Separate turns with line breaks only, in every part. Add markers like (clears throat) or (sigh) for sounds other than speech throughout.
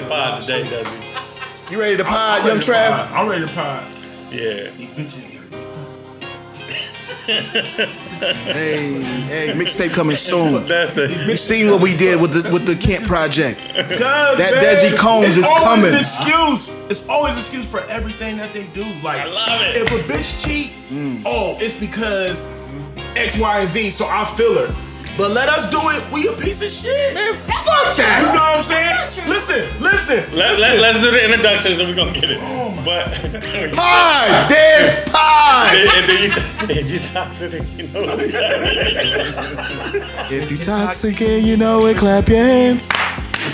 pod today, does he?
You ready to pod, young Trav?
I'm ready to pod.
Yeah.
These bitches gotta be pod.
Hey, hey, mixtape coming soon.
That's
You
it.
seen what we did with the with the Camp Project?
Cause,
That
man,
Desi Combs
it's
is
always
coming.
An excuse. It's always an excuse for everything that they do. Like
I love it.
If a bitch cheat,
Mm.
oh, it's because X, Y, and Z. So I feel her. But let us do it. We a piece of shit.
Man, fuck
You
that.
know what I'm
That's not
saying?
true.
Listen, listen,
Let,
listen.
let, let's do the introductions and we're going to get it.
my
but.
Pod, there's
(laughs)
pod.
and, and then you say, if you're toxic, you know what you gotta do."
If you toxic and you know it, clap your hands.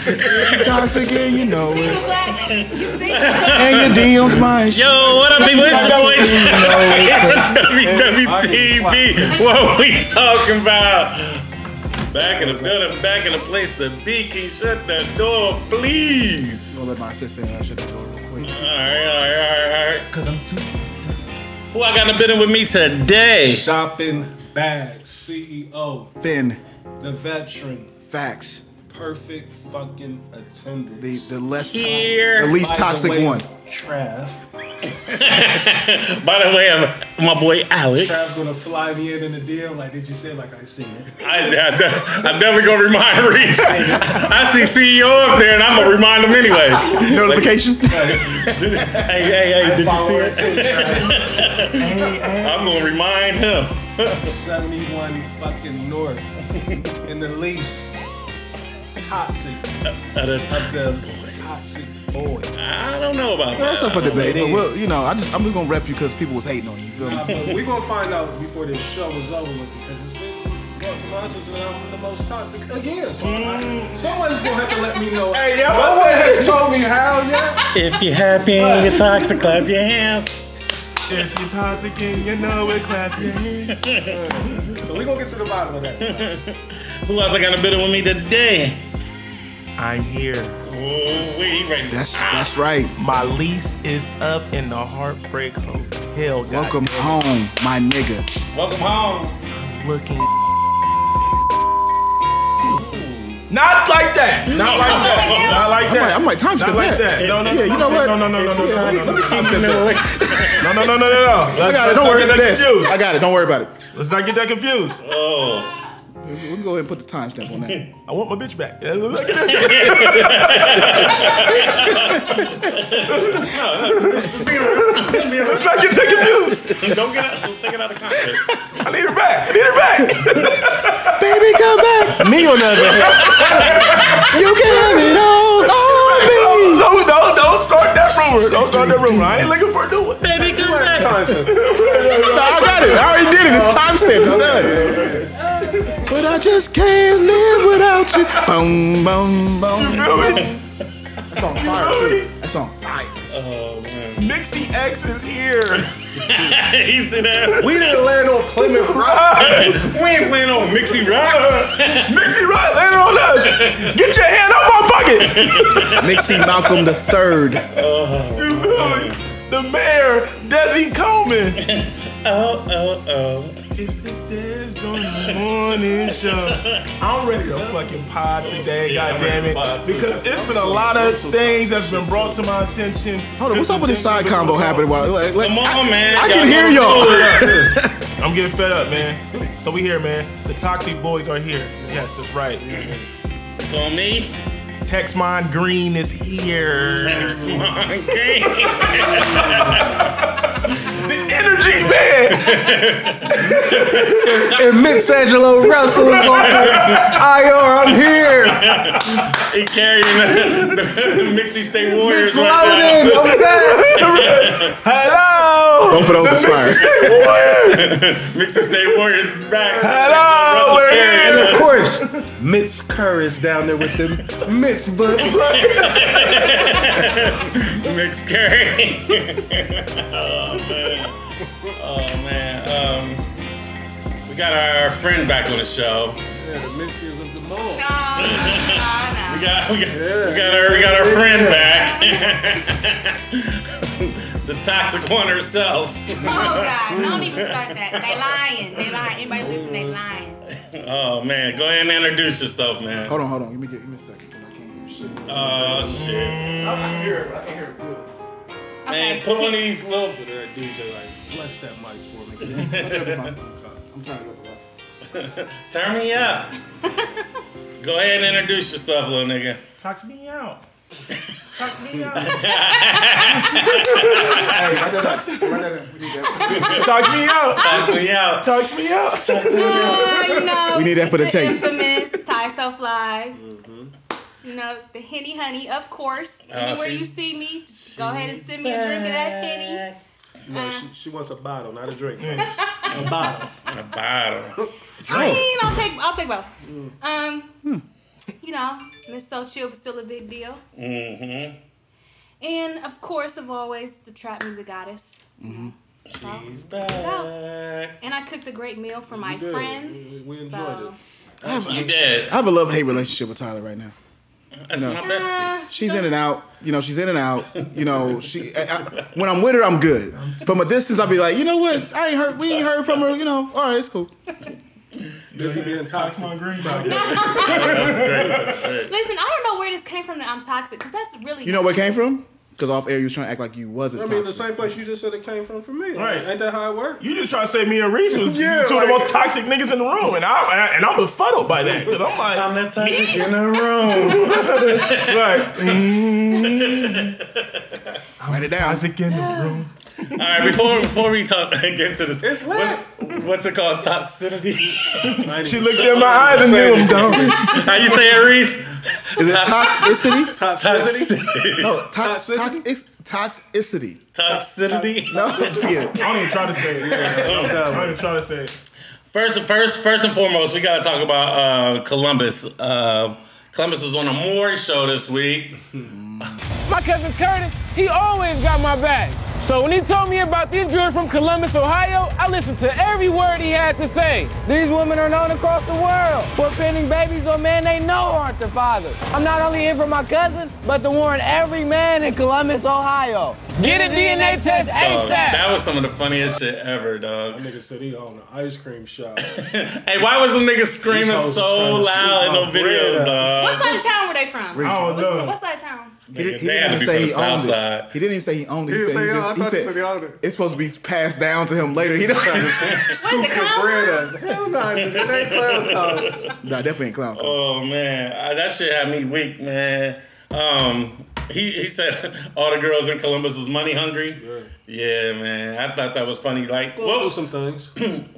If you toxic and you know
You
(laughs)
it,
black. You single.
and your DMs mine.
Yo, what up, people? It's your boy (laughs) WWTV. What we talking about? Back in the building, back in the place. The beaky, shut the door, please. All
Don't let my assistant uh, shut the door real quick.
right, all right, all right, all right.
Cause I'm too
Who I got in the building with me today?
shopping bag CEO,
Finn,
the veteran,
facts.
perfect fucking attendance.
The the less
Here.
the least
By the
toxic
way,
one.
Trav.
(laughs) By the way, I'm my boy
Trav's
Alex.
gonna fly me in in the deal. Like, did you say like I seen it?
I, I, de- I'm definitely gonna remind Reese. I see CEO up there, and I'm gonna remind him anyway.
Notification.
Hey, hey, hey! Did you see
Follower
it?
too, Trav.
I'm gonna remind him.
71 fucking North in the least toxic
At a
of the
toxic boy.
toxic boy.
I don't know about
That's
that.
up for debate.
It
But
is.
well, you know, I just I'm just gonna rep you because people was hating on you. you Feel
Uh,
me?
but we're gonna find out before this show is over with because it's been brought to my attention that I'm the most toxic again. So I, somebody's gonna have to let me know.
Hey, yeah,
no
but-
one has told me how yet.
If you're happy and you're toxic, clap your hands.
If you toxic and you know it, clap your hands.
So we're gonna get to the bottom of that.
Who else I got a bit with me today?
I'm here.
Oh, wait, he right
That's that's right.
My lease is up in the heartbreak hotel. God
Welcome home, my nigga.
Welcome home.
looking. Not like that. Not like that. Not like
I'm like,
that.
I'm like timestamp
Not like that. No, no,
yeah,
no,
you know what?
No, no, no, no, no, no,
Yeah,
no,
let me-
no,
let me
no,
timestamp that.
no, no, no, no, no.
I got it. Don't
Let's not
worry
get
about
that
this.
confused.
I got it. Don't worry about it.
Let's not get that confused.
Oh,
We can go ahead and put the timestamp on that.
I want my bitch back. Let's not get that- (laughs) Let's not get that confused.
don't get out. Don't take it out of context.
I need her back. I need her back.
Baby, come back. Me on the other hand. You can have it all on me.
No, no, (laughs) don't start that rumor. Don't start that rumor. I ain't looking for a new one.
(laughs) Baby, come back.
No, I got it. I already did it. It's timestamp. It's done. But I just can't live without you. Boom, boom, boom.
Feel me?
That's on fire, too. That's on fire.
Oh man, (laughs)
Nixie X is here. (laughs)
he's in there.
We didn't land on Clement Rock.
We ain't playing on oh, Mixie Rock.
Nixie right land on us. Get your hand out my pocket.
Nixie Malcolm the Third.
You feel me? (laughs) The mayor, Desi Coleman.
(laughs) Oh, oh, oh.
It's the Des Jones Morning Show. I'm ready to fucking pod today,
Yeah, I'm ready to
goddammit.
pod too.
Because it's been a lot of things that's been brought to my attention.
Hold on, what's up with this side combo happening? While, like, like,
Come on,
I,
man.
I can hear
know what
y'all.
I'm getting fed up, man. So we here, man. The Toxic Boys are here. Yes, that's
(laughs)
right.
it is. It's on me.
Texmon Green is here.
Thanks, Mon. Gang.
The energy man.
(laughs) And Miss Angelo Russell is on there. IR, I'm here.
He carrying the, the (laughs) Mixie State Warriors.
Miss
right now.
Loudon, I'm back.
Hello.
Don't put over this
(laughs)
fire.
Mixie State Warriors is back.
Hello. We're here.
(laughs)
Of course, Miss Kerr is down there with them. Miss Book.
Mix Curry. (laughs) oh man. Oh man. Um, we got our friend back on the show.
Yeah, the Mixies of the mall.
We
"Oh, Nah, nah, nah.
got we got, we got our we got our friend back. (laughs) the toxic one herself.
Oh
(laughs)
God, don't even start that. They lying. They lying. Anybody listen, they lying.
Oh man, go ahead and introduce yourself, man. Uh,
Hold on, hold on. Give me, give me a second. 'cause I can't hear shit.
Oh shit.
I can hear it, but I can hear it good.
Man,
Okay.
put on these little.
Look at her DJ like, bless that mic for me.
I'm trying to get up a lot.
Turn me up. (laughs) Go ahead and introduce yourself, little nigga.
Talk me out. Talk (laughs) me out.
Hey, write that down. Write that down. We need that.
Talk me out.
Talk me out.
Talk me out.
Uh, you know,
We need that for the tape.
Infamous Ty So Fly.
Mm-hmm.
You know the henny honey, of course. Anywhere
Oh, she's-
you see me, go ahead and send me a drink of that henny.
No, (laughs) she, she wants a bottle, not a drink. a bottle.
A bottle.
I mean, I'll take I'll take both.
Mm.
Um,
Hmm.
you know, Miss So Chill was still a big deal,
Mm-hmm.
and of course, of always the trap music goddess.
She's back.
And I cooked a great meal for my
did.
friends.
We- we enjoyed
so,
You did.
I have a love hate relationship with Tyler right now.
That's my bestie.
Uh,
She's in and out. You know, she's in and out. You know, she. I, I, when I'm with her, I'm good. From a distance, I'll be like, you know what? I ain't heard. We ain't heard from her. You know, all right, it's cool.
Busy being toxic.
green bro.
Listen, I don't know where this came from that I'm toxic because that's really
You know where it came from? Because off air, you was trying to act like you wasn't.
I mean, the
toxic.
same place you just said it came from for me.
Right.
Ain't that how it works?
You just trying to say me and Reese was
Yeah,
two of
like-
the most toxic niggas in the room, and I and I'm befuddled by that because I'm like,
that toxic in the room.
right,
Write it down.
mm. toxic in the room.
All right, before before we talk (laughs) get to this,
It's lit.
what- what's it called? (laughs) Toxicity.
She looked in my eyes and knew him, (laughs) dog.
How you say it, Reese?
(laughs)
Is it toxicity?
Toxicity.
No, to-
Toxicity?
toxic- toxicity.
Toxicity.
No, (laughs) yeah.
I don't even try to say it. I don't even try to say it.
First, first, first and foremost, we gotta talk about uh, Columbus. Uh, Columbus was on a Maury show this week.
My cousin Curtis, he always got my back. So when he told me about this girl from Columbus, Ohio, I listened to every word he had to say.
These women are known across the world for pinning babies on men they know aren't the fathers. I'm not only here for my cousin, but to warn every man in Columbus, Ohio.
Get a DNA test
Dog,
ASAP.
that was some of the funniest shit ever, dog.
Nigga said he owned an ice cream shop.
Hey, why was the nigga screaming
hoes is
so
trying to
loud in
shoot my
those videos,
bread
dog?
What side of town were they from?
Oh,
I don't
What's-
know.
What side of town?
He, did, he
They had
didn't
to
even say he
be from the
owned
South
it.
Side.
He didn't even say he owned it. He,
didn't
said,
say,
he
"Oh, I
just, he
thought you
said,
said he owned it."
it's supposed to be passed down to him later.
(laughs)
He don't.
What's the clown?
Bread up. Hell no, it ain't clown
(laughs)
talk.
nah, definitely ain't clown.
Oh man, I, that shit had me weak, man. Um, he he said (laughs) all the girls in Columbus was money hungry. Yeah, man, I thought that was funny. Like,
We'll
what
do some things.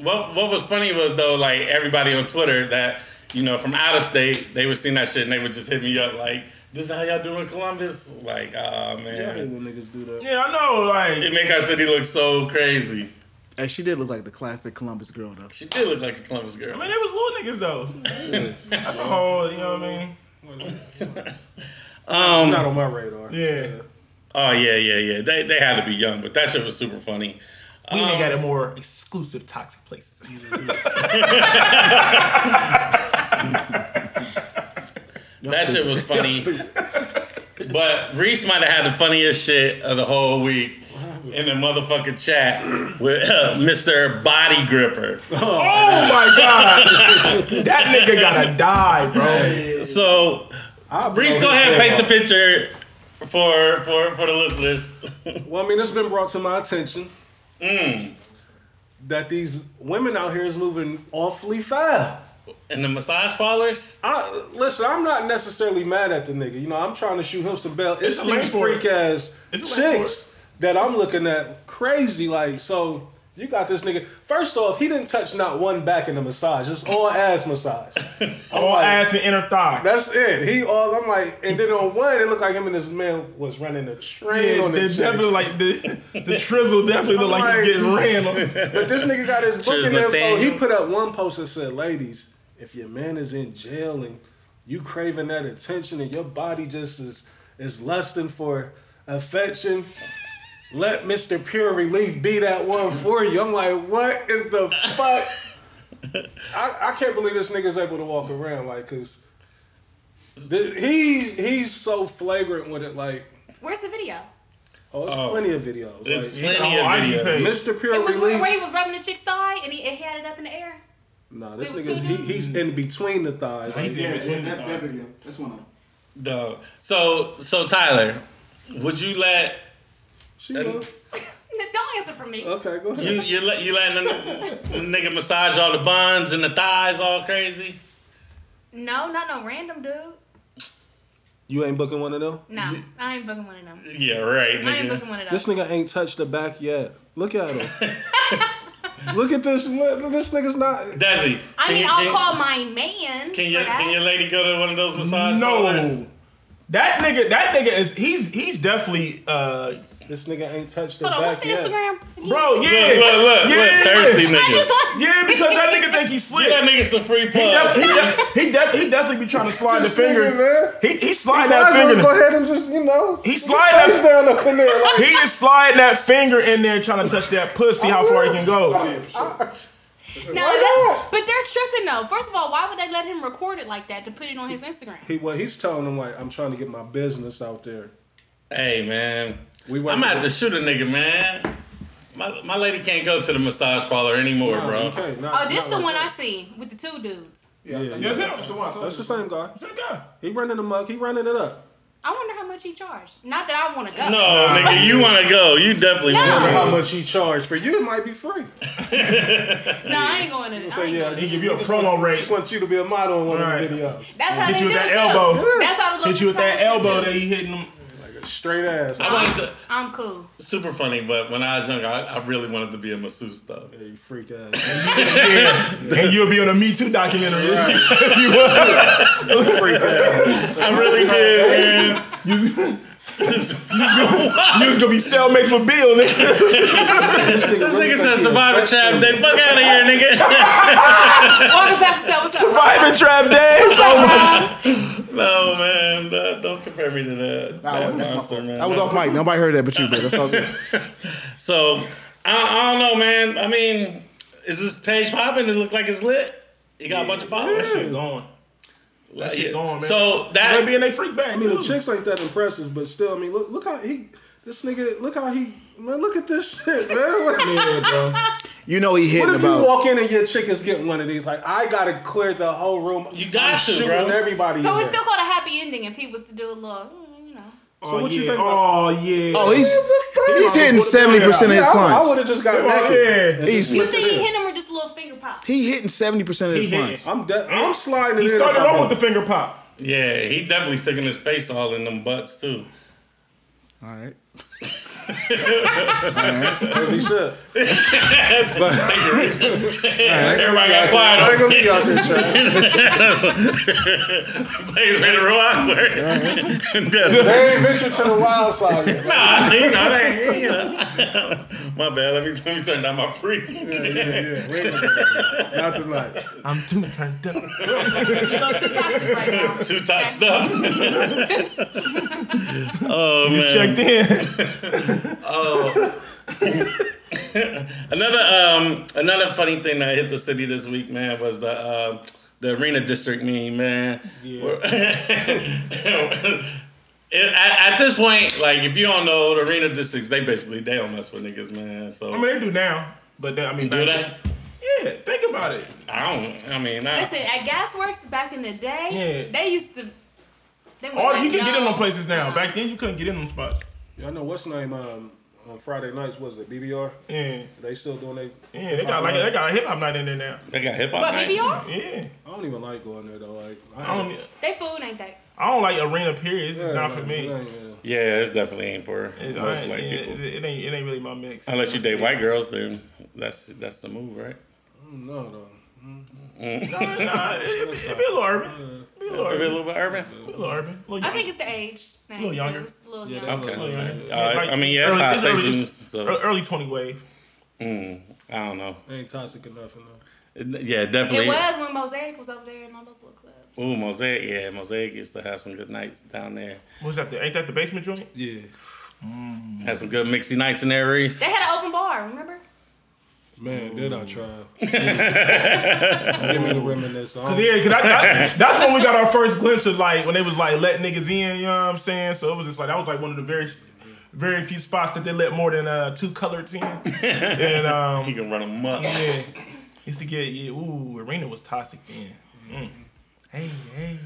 What what was funny was though, like everybody on Twitter that you know from out of state, they would see that shit and they would just hit me up like, "This is how y'all doing Columbus?" Like, oh man,
niggas do that.
Yeah, I know.
it
Like,
make our city look so crazy.
Hey, she did look like the classic Columbus girl though.
She did look like a Columbus girl.
I mean, they was little niggas though. That's a whole, you know what I mean?
Not on my radar.
Yeah.
oh yeah, yeah, yeah. They they had to be young, but that shit was super funny.
We ain't got a more exclusive toxic places.
That shit was funny. (laughs) But Reese might have had the funniest shit of the whole week in the motherfucking chat with uh, Mr. Body Gripper.
Oh my god, (laughs) that nigga gotta die, bro.
So
I'll
Reese,
blow
go
his
ahead and
head
paint the
off.
picture for for for the listeners. (laughs)
Well, I mean, it's been brought to my attention that these women out here is moving awfully fast.
and the massage parlors.
I, listen, I'm not necessarily mad at the nigga. You know, I'm trying to shoot him some bail. It's,
It's a lane
these
for it.
freak ass
It's a lane for
chicks that I'm looking at crazy. Like, so you got this nigga. First off, he didn't touch not one back in the massage. It's all ass massage. I'm
All
like,
ass and inner thigh.
(laughs) That's it. He all. I'm like, and then on one, it looked like him and this man was running a train
Yeah,
on the
they definitely
chick.
like the, the trizzle definitely look like, he's getting ran. on.
But this nigga got his
Cheers,
booking info.
Nathaniel.
He put up one post that said, "Ladies, if your man is in jail and you craving that attention and your body just is is lusting for affection." Let Mr. Pure Relief be that one for you. I'm like, what in the fuck? I, I can't believe this nigga's able to walk around like, cause th- he he's so flagrant with it. Like,
Where's the video?
oh, it's plenty of videos.
There's
Like,
plenty
Oh, I
of
need
videos.
pay.
Mr. Pure
It was
Relief.
where he was rubbing the chick's thigh and he it had it up in the air. (laughs)
Nah, this
Wait,
nigga,
so
he,
now-
he's in between the thighs. Like,
He's in
Yeah, that,
between the
that, that
thighs.
video. That's one of them.
Dog. So so Tyler, Would you let
She know.
Don't answer for me.
Okay, go ahead.
you you let you letting the, the nigga massage all the buns and the thighs all crazy?
No, not no random dude.
You ain't booking one of them?
No, I ain't booking one of them.
Yeah, right.
I ain't
Nigga.
booking one of
This
those.
nigga ain't touched the back yet. Look
(laughs)
at him. Look at this. Look, this nigga's not.
Desi,
I
can
mean,
you-
I'll
can-
call my man.
Can
for
your
that.
can your lady go to one of those massage? parlors?
No. That nigga, that nigga is he's he's definitely uh
This nigga ain't touched the
Hold on, what's
back
the
yet.
Look,
bro, yeah.
Instagram?
look, look,
yeah.
look, thirsty nigga.
I just want.
Yeah, because that nigga think he
Give
slick.
that nigga some free
He, def- he,
pub.
def- he, def- he definitely be trying to slide the
This
finger.
nigga, man.
He he slide
Might
that
as well
finger.
go ahead and just, you know.
He slide that-
face down up in there.
(laughs)
Like,
He is sliding that finger in there trying to touch that pussy. How far he can go?
yeah, for sure.
No, that's, but they're tripping though. First of all, why would they let him record it like that to put it on his Instagram?
He well, he's telling him like, I'm trying to get my business out there.
Hey man,
We
I'm about to shoot a nigga, man. My, my lady can't go to the massage parlor anymore, bro.
Okay, not,
Oh, this
not
the
like
one I
that.
see with the two dudes.
Yeah,
Yeah,
that's
yeah.
That's the one I told
That's
you.
the same guy.
Same guy.
He running the mug. He running it up.
I wonder how much he charged. Not that I want to go.
No, nigga, you want to go? You definitely
No.
want to.
How much he charged for you? It might be free.
No, I ain't going to.
So
I ain't
yeah,
going.
He
he
give you a promo rate.
just wants you to be a model on one
All right.
of the videos.
That's how
Hit
they
you
do
with that
it, too.
elbow.
That's how the
Hit you with that
photographers
elbow
do
that
it.
he hitting (laughs) him.
Straight ass.
I wanted to,
I'm cool.
super funny, but when I was younger, I, I really wanted to be a masseuse though.
You freak ass.
And you'll be on a Me Too documentary. (laughs) You
freak ass.
I really did, man.
(laughs) you was gonna be cellmate for Bill, nigga. (laughs)
This
This
nigga, really
nigga
think
said
he a
Survivor
sex
Trap
symbol.
Day. Fuck out of
(laughs)
here, nigga. (laughs)
Welcome, Pastor Seth. What's up?
Private Trap Day.
What's up,
no, man. no, don't compare me to that.
Nah,
that
that's my
monster,
fault.
man.
I was off mic. Nobody heard that but you, bro. That's all good.
So I, I don't know, man. I mean, is this page popping? It look like it's lit. You got a bunch of
That
followers.
shit gone. That shit gone, man.
So
They be
that
in they freak bag
I mean,
too.
the chicks ain't that impressive, but still, I mean, look, look how he, this nigga, look how he, man, look at this (laughs) shit, man. What,
You know he
what
hitting
if you
about.
walk in and your chick is getting one of these? Like, I gotta clear the whole room.
You got
I'm
to,
shooting
bro.
everybody.
So
in
it's
there.
still called a happy ending if he was to do a little, mm, you know.
So what you
yeah.
think? about-
Oh yeah.
Oh, he's he's
He
hitting
wanna put
seventy
the
percent of
finger
his
Yeah, I, would
clients.
have just got
Oh,
naked.
yeah.
He's
You think he hit him or just a little finger pop?
he hitting seventy percent of his
He hitting.
clients.
I'm de- I'm sliding.
He
in
started
if I
off
want.
with the finger (laughs) pop.
yeah, he definitely sticking his face all in them butts too.
All right.
As he should.
Everybody got quiet.
I
on
ain't gonna leave you out there, Chad.
He's made it real awkward. That's-
They ain't venture to the wild side. yet.
(laughs) nah, you know, that ain't- you know. (laughs) my bad. Let me let me turn down my free.
Yeah, wait a minute. Not tonight.
I'm too turned up.
You go too toxic right now.
Two top stuff. (laughs) oh man.
Checked in. (laughs)
Another um another funny thing that hit the city this week, man, was the uh, the arena district meme, man. Where- (laughs) It- at, at this point, like if you don't know the arena districts, they basically they don't mess with niggas, man. So
I mean, they do now, but they, I mean,
do that.
Yeah, think about it.
I don't. I mean, I,
Listen, at Gasworks back in the day,
Yeah.
they used to. They were
Or
like,
you can get in
no.
them places now. Back then, you couldn't get in them spots.
Y'all know what's name um, on Friday nights was it BBR?
Yeah,
They still doing they.
yeah, they got like they got a hip hop night in there now.
they got hip hop.
But
night.
BBR,
Yeah,
I don't even like going there though. Like I,
I don't,
they food ain't that.
I don't like arena. Period. It's just
Yeah,
not
like,
for me.
it
It,
ain't, yeah.
Yeah, it's definitely ain't for
it,
most black
yeah,
people.
it- it ain't, it ain't really my mix.
Unless you date white girls, then that's that's the move, right?
No, no.
nah, it, it, it be a little urban. Be a
Maybe a
little urban.
little bit urban.
Be a little urban. A little
I think
young.
it's the age. thing,
little
too.
younger.
It's a little
Yeah,
younger.
Okay.
A little younger.
All right. I mean, yeah, it's high
early-
stations,
it's
so-
ear- early twenty wave.
I don't know.
Ain't toxic enough. enough.
It- Yeah,
It
definitely.
was when Mosaic was over there and all those little clubs.
Ooh, mosaic. Yeah, mosaic used to have some good nights down there.
What's that? The, ain't that the basement joint?
Yeah.
Had some good mixy nights in there, Reese.
They had an open bar, remember?
Man, did
Mm.
I
(laughs)
try? Give me the reminisce. I don't-
Yeah,
(laughs)
because that's when we got our first glimpse of like when they was like let niggas in, you know what I'm saying? So it was just like that was like one of the very very few spots that they let more than uh two
(laughs)
coloreds in. and um
You can run them up.
yeah. Used to get yeah, ooh, arena was toxic then. Mm. Hey, hey.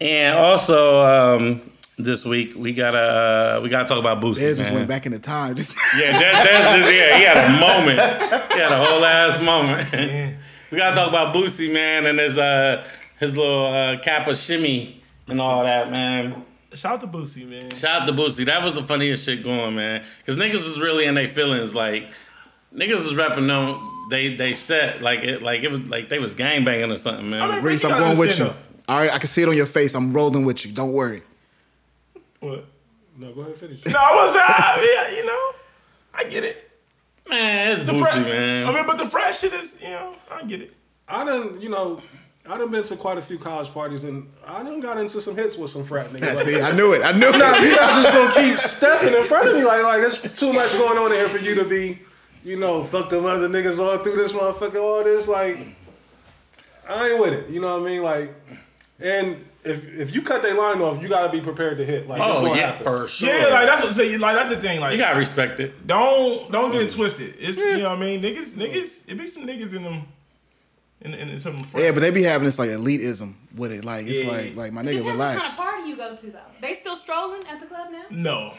And also, um, this week. We gotta uh, we gotta talk about Boosie.
Dez just
man.
went back in the time. Just
Yeah, that, that's just yeah. He had a moment. He had a whole ass moment. (laughs) we gotta talk about Boosie, man, and his uh his little uh kappa shimmy and all that, man.
Shout out to Boosie, man.
Shout out to Boosie. That was the funniest shit going, man. Cause niggas was really in their feelings. Like niggas was rapping on they they set like it like it was like they was gang banging or something, man.
I mean,
Reese,
you
I'm
gotta
going with you.
understand
All right, I can see it on your face. I'm rolling with you. Don't worry.
though. What?
No, go ahead and finish.
No, I was I, yeah, you know, I get it.
man, it's
Fresh-
Boosie, man.
I mean, but the fresh shit is, you know, I get it.
I done, you know, I done been to quite a few college parties and I done got into some hits with some frat
(laughs)
niggas. Like,
See, I knew it. I knew
Nah,
it.
you not just gonna keep stepping in front of me like like there's too much going on in here for you to be, you know, fuck them other niggas all through this motherfucker, all this like I ain't with it. You know what I mean? Like and if if you cut their line off, you gotta be prepared to hit. Like it's
oh
gonna
yeah,
happen.
for sure.
Yeah, like that's what say, like that's the thing. Like
you gotta respect it.
don't don't get it twisted. It's you know what I mean, niggas niggas. It be some niggas in them, in in, in some.
Yeah, but they be having this like elitism with it. Like it's
Yeah.
like like my
It
nigga
depends what kind of
relax.
party you go to, though. They still strolling at the club now?
no.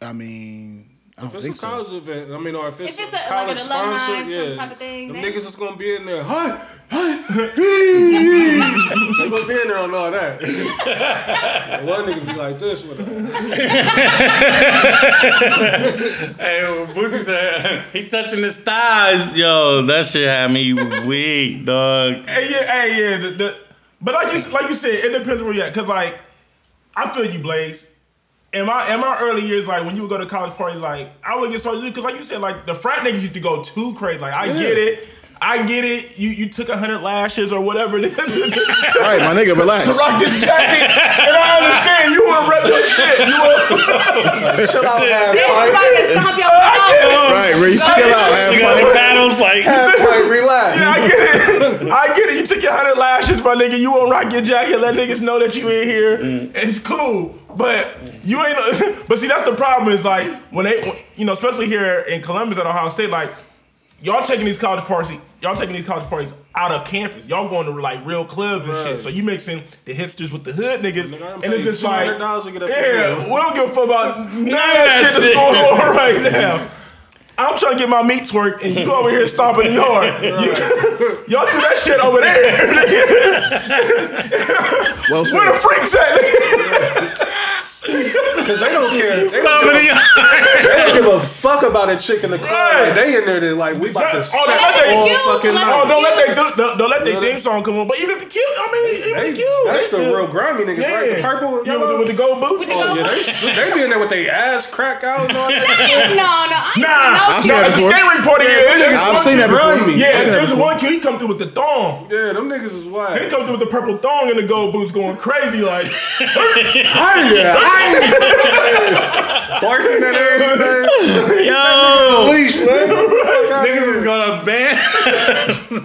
I mean, I don't
If
think
it's
so.
a college event, I mean, or if it's,
If it's a- like
college
an alumni,
sponsor,
some
yeah,
type of thing,
them
they-
niggas is gonna be in there. Hi,
(laughs)
hi, they gonna be in there on all that. And (laughs) one nigga be like this with a
Hey, Boosie said (laughs) he touching his thighs. Yo, that shit had me weak,
(laughs)
dog.
Hey yeah, hey yeah. The, the, but like you like you said, it depends where you at. Cause like, I feel you, Blaze. In my in my early years, like when you would go to college parties, like I would get so because like you said, like the frat niggas used to go too crazy. Like I get it. I get it. You you took a hundred lashes or whatever (laughs) it is to
All right, my nigga relax.
rock this jacket, and I understand you want to rep your shit. You want
chill out, half
They was
pipe,
trying to stomp your phone.
Right, Reese, chill out.
You
Have
got the
fun.
battles
(laughs)
like (laughs)
half pipe, relax.
Yeah, I get it. I get it. You took your hundred lashes, my nigga. You won't rock your jacket. Let niggas know that you in here.
Mm.
It's cool, but you ain't. (laughs) But see, that's the problem. Is like when they, you know, especially here in Columbus at Ohio State, like y'all taking these college parties, y'all taking these college parties out of campus. Y'all going to like real clubs and shit.
Right.
So you mixing the hipsters with the hood niggas,
Nigga, I'm
and it's
paying
just like,
$200 to get up there.
yeah, we don't give a fuck about none of
that
that shit
shit.
that's going on right now. I'm trying to get my meat twerked, and you over here stomping the
(laughs)
yard. You- (laughs) Y'all do that shit over there.
Well
Where the
said.
freaks at?
Cause they don't care. They don't,
stomping the
give a fuck about a chick in the car.
Right.
Like, they in there, they like we
(laughs)
about
Oh,
to. Step.
don't
Let
let
them
they,
cues,
fucking
let
night.
oh,
them
don't let they
cues.
do, don't, don't let they theme song come on. But even if the cute, I mean, even
They,
the cute,
that's the
still-
real grimy niggas,
yeah.
right? The purple and
yeah, with,
yellow.
the- with the gold boots.
With the gold
yeah,
(laughs)
boots.
they, they be in there with their ass crack out and all that.
Damn, (laughs) no, no. I ain't
Nah,
I've
got
seen that
no
At the
before.
skating party, yeah, there's
I've
one
seen
kid-
that before.
grimy.
Yeah,
I've seen that
there's
before.
one cute. He come through with the thong.
Yeah, them niggas is wild.
He come through with the purple thong and the gold boots, going crazy like. (laughs)
barking at everything.
(laughs)
(laughs)
yo.
Leash, man. Fuck out
Niggas is
here.
gonna ban.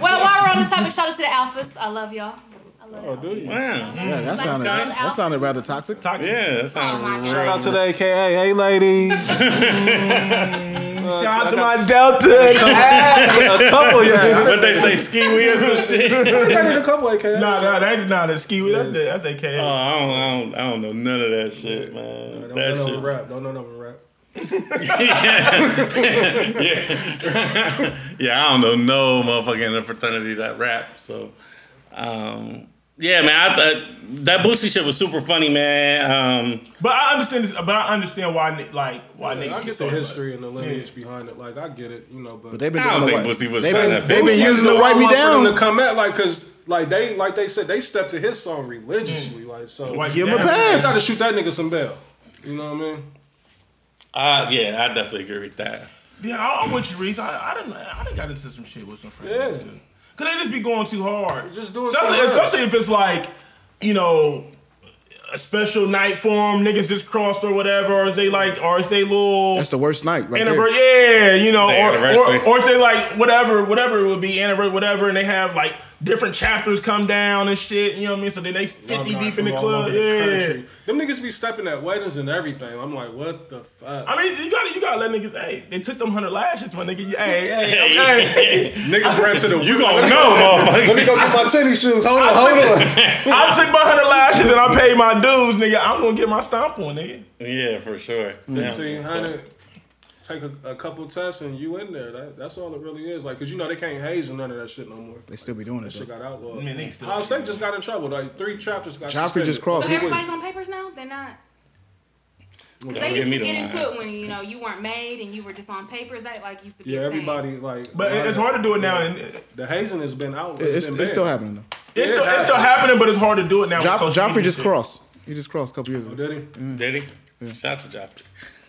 Well, while we're on this topic, shout out to the Alphas. I love y'all. I love
Oh,
y'all.
Dude,
Wow.
Yeah, that sounded that, that sounded rather toxic.
Yeah, that sounds
Oh, my God.
Shout out to the AKA, hey (laughs) ladies.
Shout out to my Delta.
a couple, yeah.
What they say, ski we or some
(laughs)
shit.
I
Oh,
done dated a couple
(laughs)
AKA.
nah, nah, that nah, that's ski. That's that's AKA.
Oh, I don't, I don't, I don't know none of that shit, man.
Don't
That
know no
shit.
rap. Don't know no rap.
(laughs) Yeah, (laughs) I don't know no motherfucker in the fraternity that rap. So, um, yeah, man, I, thought that Boosie shit was super funny, man. Um,
But I understand this. But I understand why, ni- like, why niggas.
I
keep
get the
talking
history and the lineage behind it. Like I get it, you know. But
But they've been
I don't
doing
think
the
Boosie
white-
was
they've
trying
been,
to
they've been
offend
using to
So
wipe
I
me
want for them
down.
to come at like because like they like they said they stepped to his song religiously. Like so,
about it.
Give him a
Yeah.
you gotta
pass.
shoot that nigga some bell. You know what I mean?
uh, yeah, I definitely agree with that.
Yeah, I, I'm with you, Reese. I, I done, I done got into some shit with some friends.
Yeah.
too. Cause they just be going too hard.
Just do it
especially,
too hard.
especially if it's like, you know, a special night for them. Niggas just crossed or whatever. Or is they like, or is they little
That's the worst night right there.
anniversary? Yeah, you know,
Their
or,
anniversary.
or or say like whatever, whatever it would be anniversary, whatever, and they have like different chapters come down and shit. You know what I mean? So then they 50
I'm not
deep in the
from all
club.
over
Yeah.
country. Them niggas be stepping at weddings and everything. I'm like, what the fuck?
I mean, you gotta, you gotta let niggas. Hey, they took them hundred lashes, my nigga. Hey, hey, hey. hey.
(laughs) niggas ran to the
You gonna know,
Let
(laughs)
motherfucker.
me go get my tennis shoes. Hold on, hold on.
I took my hundred lashes and I paid my dues, nigga. I'm gonna get my stomp on, nigga.
Yeah, for sure.
(laughs)
Damn.
fifteen hundred. Take a, a couple tests and you in there. That, that's all it really is. Like, cause you know they can't haze and none of that shit no more.
They still be doing it.
That shit
Though.
got outlawed.
Man, they still-
Ohio State just got in trouble. Like three chapters got.
Joffrey just
suspended.
crossed.
So
He-
everybody's on papers now? They're not. 'Cause
Yeah,
They used
give me
to
the
get into
line.
it when you know you weren't made and you were just on papers. That like used to be.
Yeah,
a thing.
everybody like.
But it- it's hard to do it now, and it-
The hazing has been out.
It's,
been
it's still
banned.
happening though.
it's still,
happened.
it's still happening, but it's hard to do it now. with
Jo-
social
Joffrey
media
just
shit.
crossed. He just crossed a couple years ago.
Did he?
Did he? Shout out to Joffrey.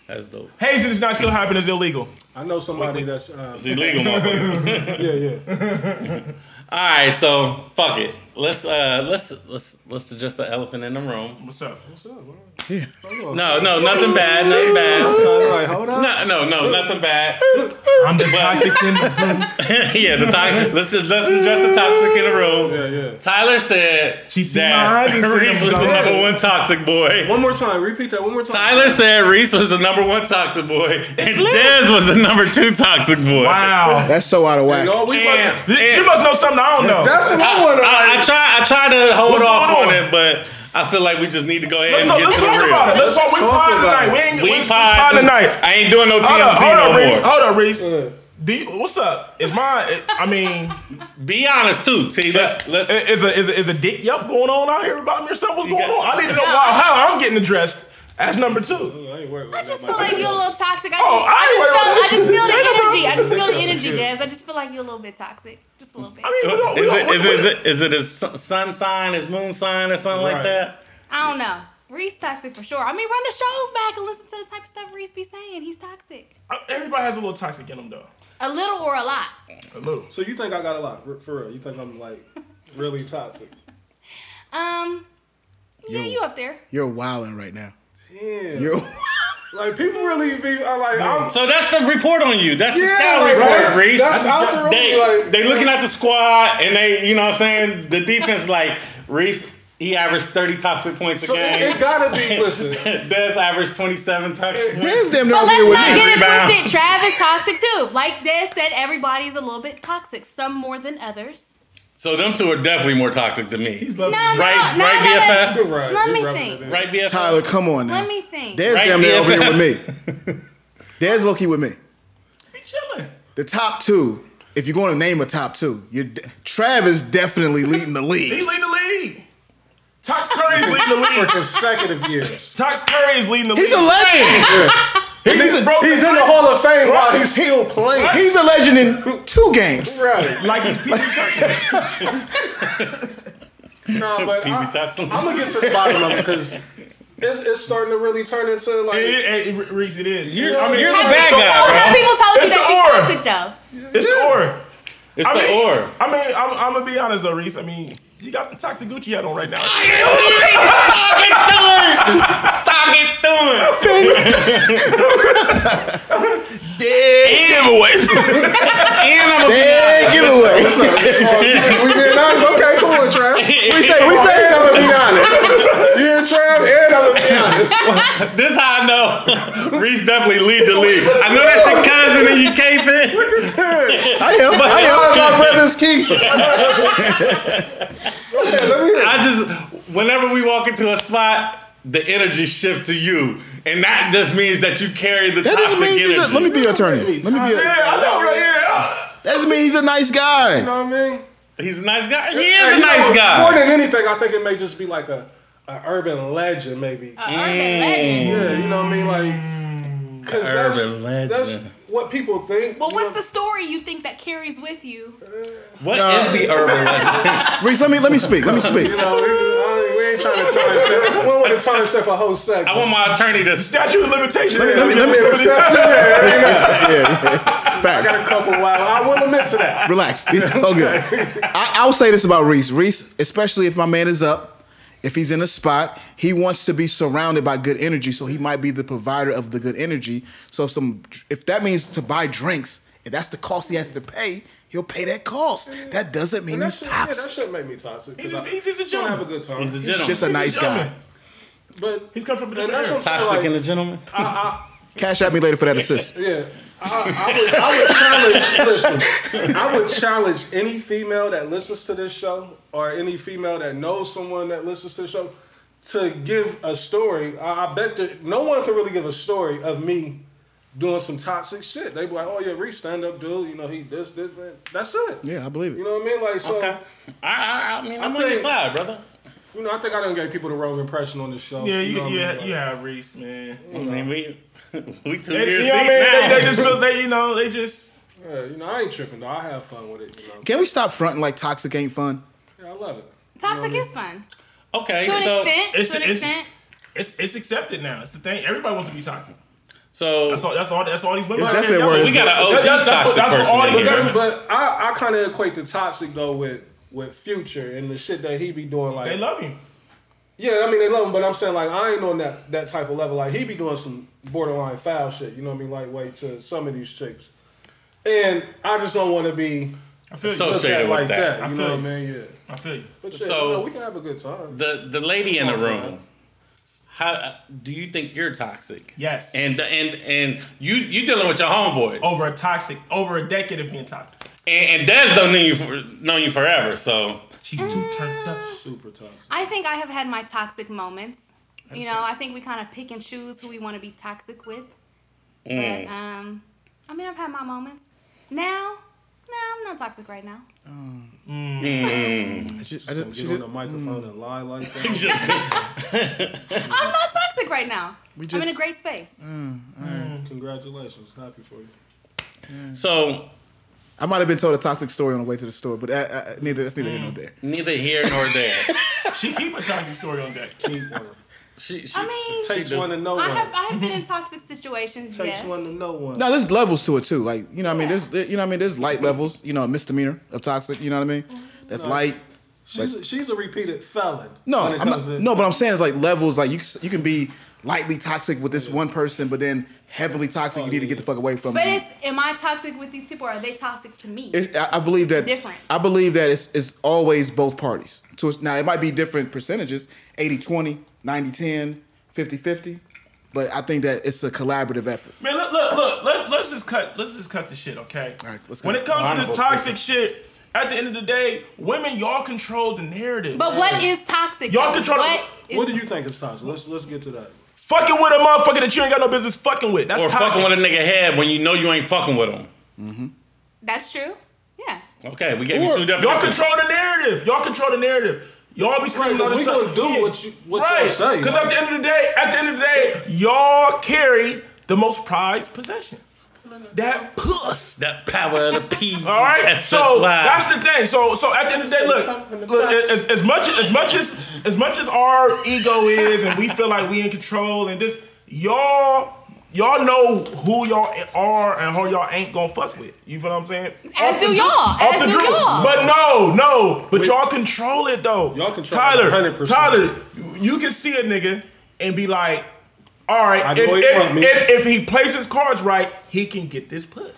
That's dope.
Hazing is not still happening; it's illegal.
I know somebody that's. Uh,
It's illegal, motherfucker.
yeah, yeah.
All right, so fuck it. Let's uh let's let's let's adjust the elephant in the room.
What's up?
No, no, nothing bad, nothing bad.
I'm like, hold on.
No, no, no, nothing bad. (laughs)
I'm the toxic in the room.
yeah, the toxic. Let's just let's adjust the toxic in the room.
Yeah, yeah.
Tyler said
She seen my
that
eyes and
Reese
said
was
I'm
the
gone.
number one toxic boy.
One more time. Repeat that. One more time.
Tyler said Reese was the number one toxic boy, and Dez was the number two toxic boy.
Wow.
That's so out of whack.
Y'all, we
And,
fucking-
She
and
must know something I don't know.
That's what I want to
I, I try I try to hold
What's
off
going
on,
on?
it, but I feel like we just need to go ahead
let's talk,
and
let's
get to the
talk
real.
about it. Let's talk. We
talk
pod
about
tonight.
it.
We ain't
We
we
pod
pod tonight.
I ain't doing no TMZ
Hold up, hold up, Reese.
no more.
Hold up, Reese.
Uh.
Do you, what's up? Is mine? I mean,
Be honest too, T. Let's let's.
i- is a is a, is a dick yup going on out here about me or something? What's going
got-
on? I need to know why, how I'm getting addressed as number two.
I ain't worried
I
about
just
that.
feel like you're a little toxic. I just,
Oh, I ain't worried
I, just feel, I just feel the
about it.
energy. I just feel the energy, Dez. I just feel like you're a little bit toxic, just a little bit.
I mean, we gonna- we
Uh, is,
gonna-
it,
we-
is,
we-
it, is, it, is it his su- sun sign, his moon sign, or something like
Right.
that?
I don't know. Reese toxic for sure. I mean, run the shows back and listen to the type of stuff Reese be saying. He's toxic,
Everybody has a little toxic in them though.
a little or a lot.
A little.
So you think I got a lot for- for real? You think I'm like really toxic?
Um, yeah,
Yo.
you up there?
You're wilding right now.
Yeah.
(laughs) You're
like people really be are like I'm.
So that's the report on you. That's the
Yeah,
scout
like,
report,
that's-
Reese.
that's out there on
they,
you, like-
they looking at the squad and they, you know what I'm saying? The
(laughs)
defense, like, Reese, he averaged 30 toxic points a
So it,
game.
it gotta be listen.
(laughs) Dez averaged 27 toxic points.
Dan's damn near
But
up
let's
here with
not
me.
get it
Rebound.
twisted. Travis toxic too. Like Dez said, everybody's a little bit toxic. Some more than others.
So them two are definitely more toxic than me.
He's loving
No,
it.
no,
Right-
no,
right,
no, no.
BFF?
You're right.
Let
You're
me
rubbing
think.
it in.
Right, BFF?
Tyler, come on now.
Let me think.
Dan's
Right,
damn near over
BFF.
here with me. Dan's low key with me.
Be chilling.
The top two. If you're going to name a top two, you're de- Travis definitely leading the
He's
league.
leading the league. Tox Curry's leading the
For
league.
consecutive years.
Tox Curry is leading the
He's a
league.
legend.
He's,
he's a-
broke
He's in the
record.
Hall of Fame while he's still playing.
He's a legend in two games.
(laughs)
Right.
Like he's Peter Tucker. (laughs)
No, but
PB
I,
toxic.
I'm gonna get to the bottom of it because it's, it's starting to really turn into like.
It- it- it- Reese, it is.
You're,
I mean,
you're the
how
bad
People told,
guy,
how
bro.
people told you
It's
that
the
you're
aura.
toxic though.
It's the aura.
It's
I
the
mean,
or.
I mean, I'm, I'm gonna be honest though, Reese. I mean, you got the toxic Gucci hat on right now.
Talk it through.
Dead giveaways.
And I'm a
Dead giveaway. (laughs)
we being honest. Okay, cool, Trav.
We say, we say,
And I'm gonna be honest. You and Trav, and I'm gonna be honest.
This is how I know (laughs) Reese definitely lead the league. I know that's your cousin and you can't fit.
I am, I am.
I'm my brother's keeper.
I just whenever we walk into a spot, the energy shift to you, and that just means that you carry the
That
toxic
just means he's
energy.
a, let me be your attorney. Let me be. A,
yeah,
that
I know, right? Ah. Yeah.
just means he's a nice
You
guy.
know what I mean?
he's a nice guy. He
And,
is a
you know,
nice
More
guy.
than anything, I think it may just be like a, a urban legend, maybe.
A urban legend.
Yeah, you know what I mean? Like, because that's,
Mm, Urban legend.
that's what people think.
But
you
what's
know?
the story you think that carries with you?
What is the urban legend?
Reese, let me let me speak. Let me speak.
You know, we, I ain't- we ain't trying
(laughs)
to time step. We don't want to time step a whole second.
I want my attorney to step.
Statue of limitations.
Let me let me speak. Yeah, yeah.
got a
Facts.
couple wild. I will admit to that.
Relax. (laughs) It's all good. I, I'll say this about Reese. Reese, especially if my man is up, if he's in a spot, he wants to be surrounded by good energy. So he might be the provider of the good energy. So if some, if that means to buy drinks If that's the cost he has to pay, he'll pay that cost. That doesn't mean
And that
he's
should, yeah, that
toxic.
shouldn't make me toxic.
He's
because
just-
I
he's just a
don't have a
gentleman.
good time.
He's a gentleman.
Just a nice guy.
gentleman.
but
He's come from a
and
different
that's
era.
what I'm
Toxic
saying.
and a
Like,
gentleman.
Cash at me later for that assist.
yeah, I, I,
(laughs)
would, I would challenge. listen, I would challenge any female that listens to this show or any female that knows someone that listens to the show to give a story. I, I bet that no one can really give a story of me doing some toxic shit. They be like, "Oh yeah, Reese, stand up, dude. You know he this this that." That's it.
Yeah, I believe
You
it.
know what I mean? Like so.
Okay. I, I, I mean, I'm
I
on your
think-
side, brother.
You know, I think I done gave people the wrong impression on this show.
Yeah,
know
you,
what I
you,
mean?
have,
Like,
you have Reese, man.
I mean, we (laughs) we two
They,
years
you
deep
know what I mean?
now.
They, they just feel they, you know, they just.
yeah, you know, I ain't tripping though. I have fun with it. You know,
Can we stop fronting like toxic ain't fun?
yeah, I love it.
Toxic is fun.
okay,
To an
so
extent.
it's
to an
the- it's-
extent.
It's it's accepted now. It's the thing. Everybody wants to be toxic.
so
That's all. That's all. That's all these women.
It's
out there.
definitely
Y'all-
worse.
we got an OG
That's- that's- that's
toxic
what- that's what all
person in
the-
here.
that's-
But I, I kind of equate the toxic though with with future and the shit that he be doing. Like,
They love you.
yeah, I mean they love him, but I'm saying like I ain't on that that type of level. Like he be doing some borderline foul shit. You know what I mean? Like, wait to some of these chicks, and I just don't want to be
I feel you.
So-
looked at
Associated with
like
that.
that.
I
you
feel
know
you.
what I mean? Yeah.
I feel you.
But shit,
So-
you know, we can have a good time.
The the lady in the room.
man.
How do you think you're toxic?
Yes. Oh,
And and and you you dealing with your homeboys.
Over a toxic, over a decade of being toxic.
And, and Des don't know you for, know you forever.
(laughs)
So
She too turned up.
Super toxic.
I think I have had my toxic moments. You know, I think we kind of pick and choose who we want to be toxic with. But um, I mean, I've had my moments. Now, no, I'm not toxic right now.
I just, I
Don't
just, she
get on
just,
the microphone and lie like
(laughs)
that.
just
I'm not toxic right now.
just-
I'm in a great space.
Congratulations, happy for you.
so
I might have been told a toxic story on the way to the store, but I, I, neither, that's neither here
Mm.
nor there.
neither here nor
(laughs)
there.
She keep a toxic story on that.
Keep one.
She, she,
I mean,
Takes
do.
one to know
I
one.
have I have been in toxic situations.
Takes
yes.
one to know one.
No, there's levels to it too. Like you know, what I mean,
Yeah.
there's there- you know, what I mean, there's light levels. You know, a misdemeanor of toxic. You know what I mean? That's light.
She's a, she's a repeated felon.
No,
when it
I'm not,
comes to-
no. But I'm saying it's like levels. Like you, can- you can be lightly toxic with this one person, but then heavily toxic. you need to get the fuck away from.
But
it.
it's am I toxic with these people? Or are they toxic to me?
It's- I, I believe that.
different.
I believe that it's, it's always both parties. So it's, now it might be different percentages 80 20, 90 10, 50 50, but I think that it's a collaborative effort.
Man, look, look, look. Let's let's just cut. Let's just cut the shit, okay?
All right, let's
when
cut
it
it.
comes to
Honorable
this toxic shit, at the end of the day, women, y'all control the narrative.
but what is toxic?
Y'all
though?
control-
What is
What do you think is toxic? Let's let's get to that.
fucking with a motherfucker that you ain't got no business fucking with. That's
or
toxic.
fucking with a nigga head when you know you ain't fucking with him.
That's true. Yeah.
Okay, we gave you
Or
two
Y'all
definitions.
control the narrative. Y'all control the narrative. Y'all be screaming
Right, 'cause
all this
we gonna
time.
do what you- what y'all say.
Because at the end of the day, at the end of the day, y'all carry the most prized possession. That puss.
That power of the P.
All right. so that's the thing. So so at the end of the day, look, look as, as- as much as much as as much as our ego is, and we feel like we in control, and this y'all. Y'all know who y'all are and who y'all ain't gonna fuck with. You feel what I'm saying?
As
Off
do
the
y'all.
off
As
the
do
dribble.
y'all.
But no, no. But y'all control it though.
Y'all control
Tyler,
it 100%.
Tyler, you can see a nigga and be like, all
I
right, if,
know he
if,
fucked me.
if, if he plays his cards right, he can get this puss.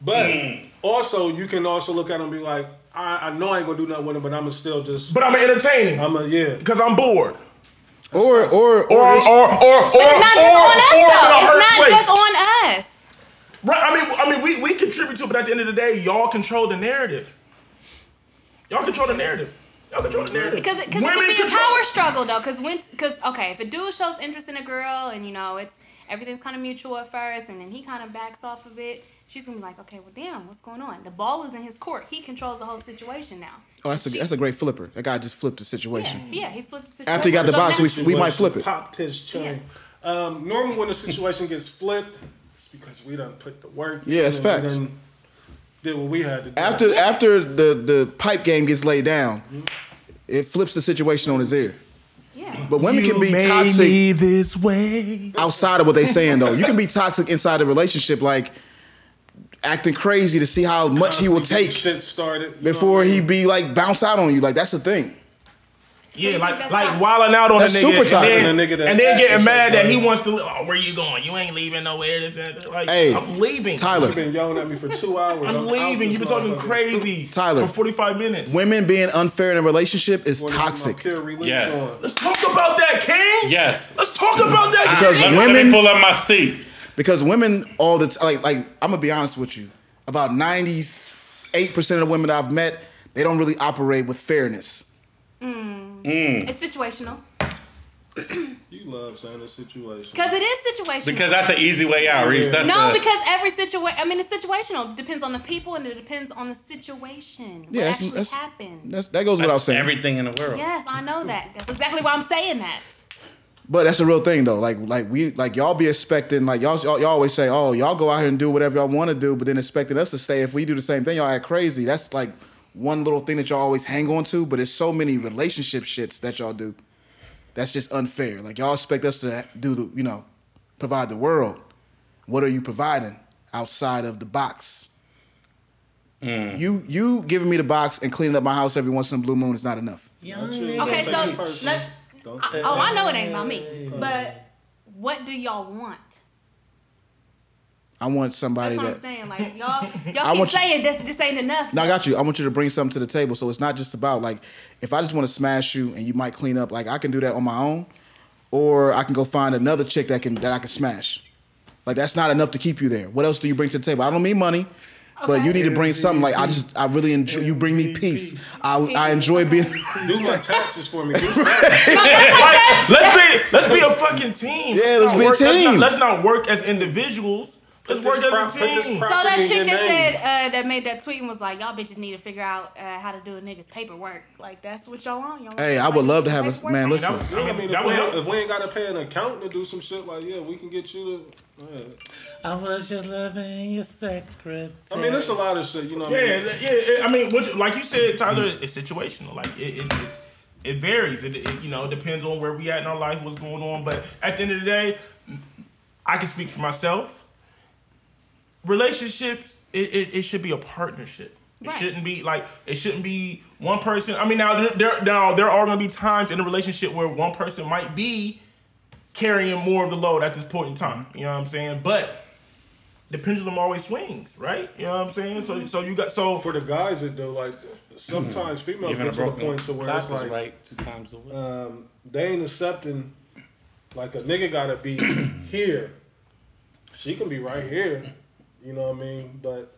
But
Mm.
also, you can also look at him and be like, I, I know I ain't gonna do nothing with him, but I'm gonna still just.
But I'm gonna entertain him.
I'm a yeah.
Because I'm bored.
Or, or,
Or, or, or,
or,
or,
But it's not just
or-
on us
or in a
though. It's
hurt
not
place.
just on us.
Right, I mean, I mean, we, we contribute to it, but at the end of the day, y'all control the narrative. Y'all control the narrative. Y'all control the narrative.
Because it, cause it
Women
could be
control-
a power struggle though. Because when because okay, if a dude shows interest in a girl and you know it's everything's kind of mutual at first, and then he kind of backs off of it, she's gonna be like, okay, well damn, what's going on? The ball is in his court. He controls the whole situation now.
oh, that's a, that's a great flipper. That guy just flipped the situation.
Yeah, he flips the situation.
After he got the
So
box,
now-
we, we might flip it.
Popped his chain. Um, normally, when the situation gets flipped, it's because we done put the work.
Yeah,
in
it's
and we
facts.
done Did what we had to do.
After, after the, the pipe game gets laid down, it flips the situation on his ear.
Yeah.
But women can be
made
toxic.
me this way.
outside of what they saying though. You can be toxic inside a relationship, like acting crazy to see how much he will
Honestly,
take
shit started you know
before
what I
he
mean?
be like bounce out on you. Like that's the thing.
Yeah,
Maybe
like
that's
like
toxic.
wilding out on
That's
a nigga,
super toxic.
and
A
then,
nigga that-
and then getting
that's
mad
like-
that he wants to. li- Oh, where you going? You ain't leaving nowhere. This, that, that. Like,
Hey,
I'm leaving.
You've
Tyler,
been yelling at me for two hours.
I'm
out
leaving. You've
this
been talking
motherfucker.
crazy,
Tyler.
for 45 minutes.
women being unfair in a relationship is
Wanna get my
toxic.
pure relief
Yes.
on.
Let's talk about that, King.
Yes.
Let's talk about that.
Because
Let
King.
me- let me
women-
pull up my seat.
Because women all the time, like, like I'm gonna be honest with you, about 98 percent of the women I've met, they don't really operate with fairness.
It's situational.
You love saying this situation.
Because it is situational.
Because that's an easy way out, Reese. That's
no,
the,
because every situation, I mean, it's situational. depends on the people and it depends on the situation. What
Yeah, that's-
actually
that's-
happened.
That's, that goes
that's
without saying.
everything in the world.
yes, I know that. That's exactly why I'm saying that.
But that's the real thing though. Like like we like y'all be expecting like y'all y'all, y'all always say oh y'all go out here and do whatever y'all want to do, but then expecting us to stay. If we do the same thing, y'all act crazy. That's like one little thing that y'all always hang on to. But it's so many relationship shits that y'all do. That's just unfair. Like y'all expect us to do the you know provide the world. What are you providing outside of the box? You you giving me the box and cleaning up my house every once in a blue moon is not enough.
Okay,
take it
so
personal.
let, I, oh, I know it ain't about me, but what do y'all want?
I want somebody
That's what I'm
that
saying.
(laughs)
Like y'all,
I
y'all keep
want you-
saying this. This ain't enough.
No, I got you. I want you to bring something to the table. So it's not just about like if I just want to smash you and you might clean up, like I can do that on my own. Or I can go find another chick that can that I can smash. Like that's not enough to keep you there. What else do you bring to the table? I don't mean money, but
Okay.
you need to bring something. Like I just I really enjoy you bring me peace. I I enjoy being
Do (laughs) my taxes for me. Do something.
Like, let's be let's be a fucking team.
Yeah, let's
not
be a
work-
team.
Let's not, let's not work as individuals. Let's
Put
work
this pro-
as
put
a
this
team.
pro-
So that
property
chick
in
that
your
said
name.
uh, that made that tweet and was like, "Y'all bitches need to figure out uh, how to do a nigga's paperwork. Like that's what y'all want. Y'all want
Hey, I would
somebody
love
do
to
some
have a-
paperwork?
man,
Like,
listen.
You know what I mean?
That
If
would
we,
help.
if we ain't gotta pay an accountant to do some shit, like yeah, we can get you to. yeah.
I was your love and your secret.
I mean, it's a lot of shit. You know what
Yeah,
I mean?
yeah. it- I mean, what you- like you said, Tyler, it's situational. Like it, it, it, it varies. It, it, you know, depends on where we at in our life, what's going on. But at the end of the day, I can speak for myself. Relationships, it, it, it should be a partnership. It
Right.
shouldn't be like it shouldn't be one person. I mean, now there- there now there are gonna be times in a relationship where one person might be carrying more of the load at this point in time. You know what I'm saying? But the pendulum always swings, right? You know what I'm saying? So so you got so
For the guys that do, like sometimes females
Even Hmm. a
get to the
broken
point to where it's like
right Uh, two times a week.
um, they ain't accepting. Like a nigga
(clears throat)
gotta be here. She can be right here. You know what I mean? But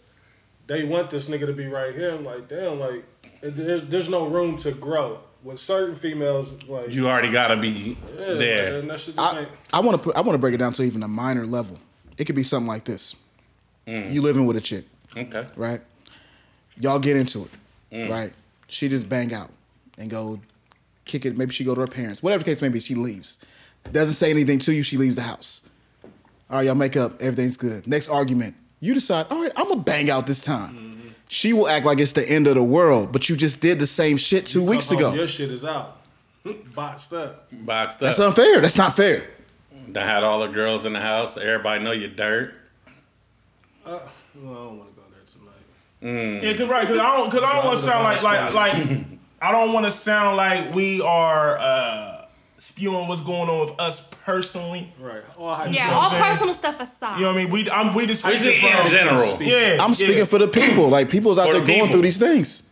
they want this nigga to be right here. I'm like, damn, like there, there's no room to grow with certain females. Like
you already gotta be
yeah,
there.
man, that shit just
I,
ain't-
I want to put, I want to break it down to even a minor level. It could be something like this: you living with a chick,
Okay.
right? Y'all get into it, right? She just bang out and go kick it. Maybe she go to her parents, whatever the case may be. She leaves, doesn't say anything to you. She leaves the house. All right, y'all make up. Everything's good. Next argument, you decide. All right, I'm gonna bang out this time. She will act like it's the end of the world, but you just did the same shit two weeks
Come home,
ago.
Your shit is out. Hmm, Boxed up. Uh,
Boxed
That's
up.
unfair. That's not fair.
I had all the girls in the house. Everybody know you dirt.
Well, I don't want to go there tonight.
Yeah, cause right, cause I don't, cause I don't want to sound like like like I don't want to sound like we are uh spewing what's going on with us personally.
Right. oh, All hype-
Yeah, all
what I'm saying?
personal stuff aside.
You know what I mean? We I'm we just
We just
speaking
in
from-
general.
Yeah,
I'm speaking for the people. Like people's out
For the
there going
people.
through these things.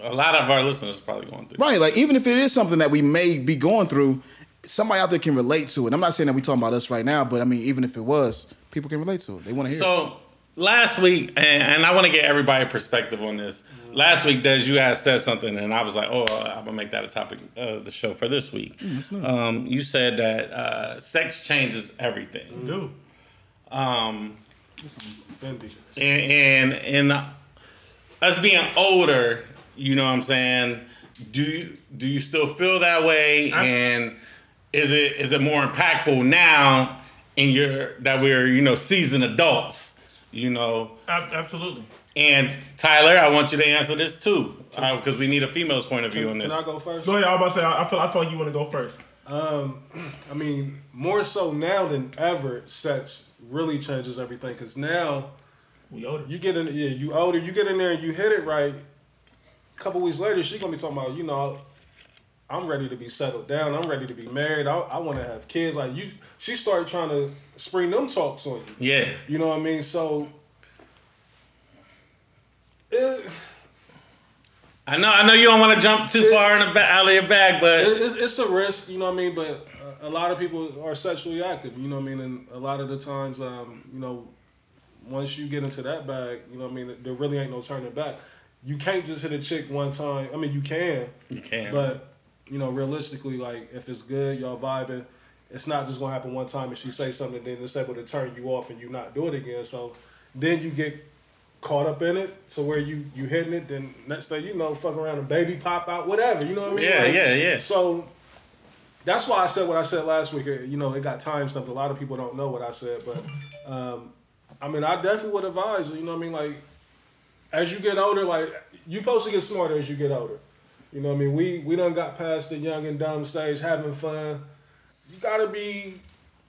A lot of our listeners probably going through.
Right. Like even if it is something that we may be going through, somebody out there can relate to it. I'm not saying that we're talking about us right now, but I mean, even if it was, people can relate to it. They want to hear. it.
So last week, and, and I want to get everybody's perspective on this. Last week, Des, you had said something, and I was like, "Oh, I'm gonna make that a topic of the show for this week." um, you said that uh, sex changes everything.
Dude,
Fendi.
and and and us being older, you know what I'm saying? Do you do you still feel that way?
Abs-
And is it is it more impactful now in your that we're, you know, seasoned adults, you know?
ab- absolutely.
And Tyler, I want you to answer this too. because we need a female's point of view on
Can
this.
I go first?
Go ahead. I was about to say I, I feel I feel like you want to go first.
I mean, more so now than ever, sex really changes everything. Cause now
We older.
you get in, yeah, you older, you get in there and you hit it right. A couple weeks later, she gonna be talking about, you know, I'm ready to be settled down. I'm ready to be married. I, I want to have kids. Like you, she started trying to spring them talks on you.
Yeah.
You know what I mean? So, it,
I know. I know you don't want to jump too far in the ba- out of your bag, but
it, it's, it's a risk, you know what I mean? But uh, a lot of people are sexually active, you know what I mean? And a lot of the times, um, you know, once you get into that bag, you know what I mean? There really ain't no turning back. You can't just hit a chick one time. I mean, you can,
you can't.
but, you know, realistically, like, if it's good, y'all vibing, it's not just going to happen one time and she say something, then it's able to turn you off and you not do it again. So then you get caught up in it to where you you hitting it then next thing you know fuck around and baby pop out whatever you know what I mean
Yeah,
Like,
yeah, yeah.
so that's why I said what I said last week. Uh, You know, it got time stuff. A lot of people don't know what I said, but um, I mean, I definitely would advise. You know, what I mean, like as you get older, like you supposed to get smarter as you get older. You know, what I mean, we we done got past the young and dumb stage, having fun. You gotta be,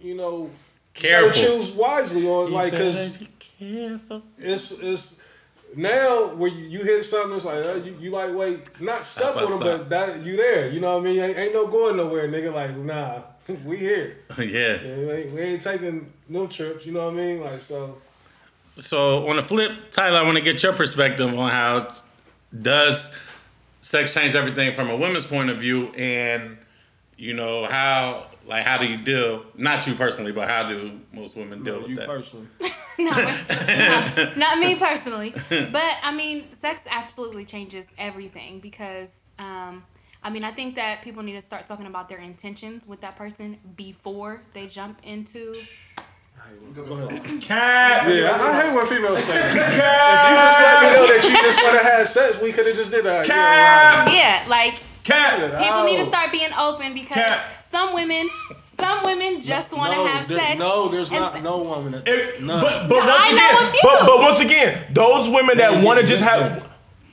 you know, you gotta
careful.
choose wisely on like because
Careful.
it's it's now where you, you hit something, it's like uh, you, you like wait, not stuck
why I
with them,
stopped.
but that you there. You know what I mean? Ain't, ain't no going nowhere, nigga. Like nah, (laughs) we here.
(laughs) yeah.
We ain't, we ain't taking no trips. You know what I mean? Like so.
So on the flip, Tyler, I want to get your perspective on how does sex change everything from a woman's point of view, and you know how like how do you deal? Not you personally, but how do most women deal with
You
that?
personally,
(laughs) Not me personally, but I mean, sex absolutely changes everything because, um, I mean, I think that people need to start talking about their intentions with that person before they jump into.
Cat.
yeah, I, (laughs) I hate when females say. that. If you just let me know that you just want to have sex, we could have just did that. Yeah,
Cat.
Yeah, like
Cat.
people need to
Ow.
start being open because
Cap.
some women, some women just want to
no,
have
there-
sex.
No, there's
and
not
se-
no woman. That,
If-
none.
But, but
No,
once
I know
again,
a few.
but, but once again, those women that
They
want to
get
just
good
have,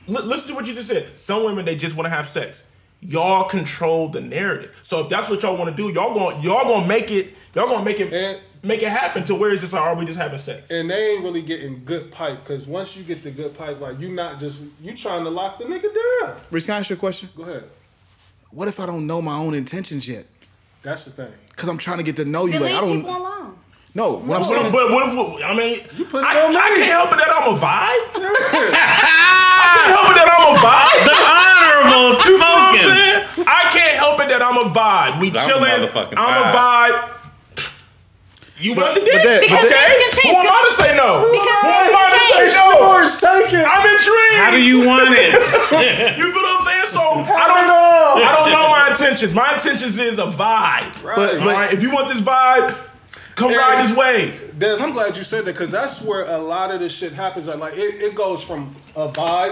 li- listen to what you just said. Some women they just want to have sex. Y'all control the narrative. So if that's what y'all want to do, y'all going y'all gonna make it. Y'all gonna make it
And-
make it happen. To where is this? Like, are we just having sex?
and they ain't really getting good pipe because once you get the good pipe, like you not just you trying to lock the nigga down.
Reese, can I ask you a question?
Go ahead.
What if I don't know my own intentions yet?
That's the thing.
Cause I'm trying to get to know you.
Then
like I don't.
leave people alone.
No, what I'm
But,
saying.
but what if I mean?
put it
I,
on me.
I can't help it that I'm a vibe. I can't help it that I'm a
(laughs)
vibe.
The
(laughs)
honorable
You know what I'm
spoken.
saying? I can't help it that I'm a vibe. We
I'm a
chilling.
motherfucking
I'm a vibe. You want the dick?
but that-
Because
that-
things
Who
can change.
am I to say no?
Because
Who am
things
I
can
to
change.
say no?
Doors taken.
I'm intrigued.
How do
you?
you want it?
feel what I'm saying? So I don't know. I don't know my intentions. My intentions is a vibe.
But-
All right, if you want this vibe, come
Yeah.
ride this wave.
Des, I'm glad you said that because that's where a lot of this shit happens. Like it, it goes from a vibe,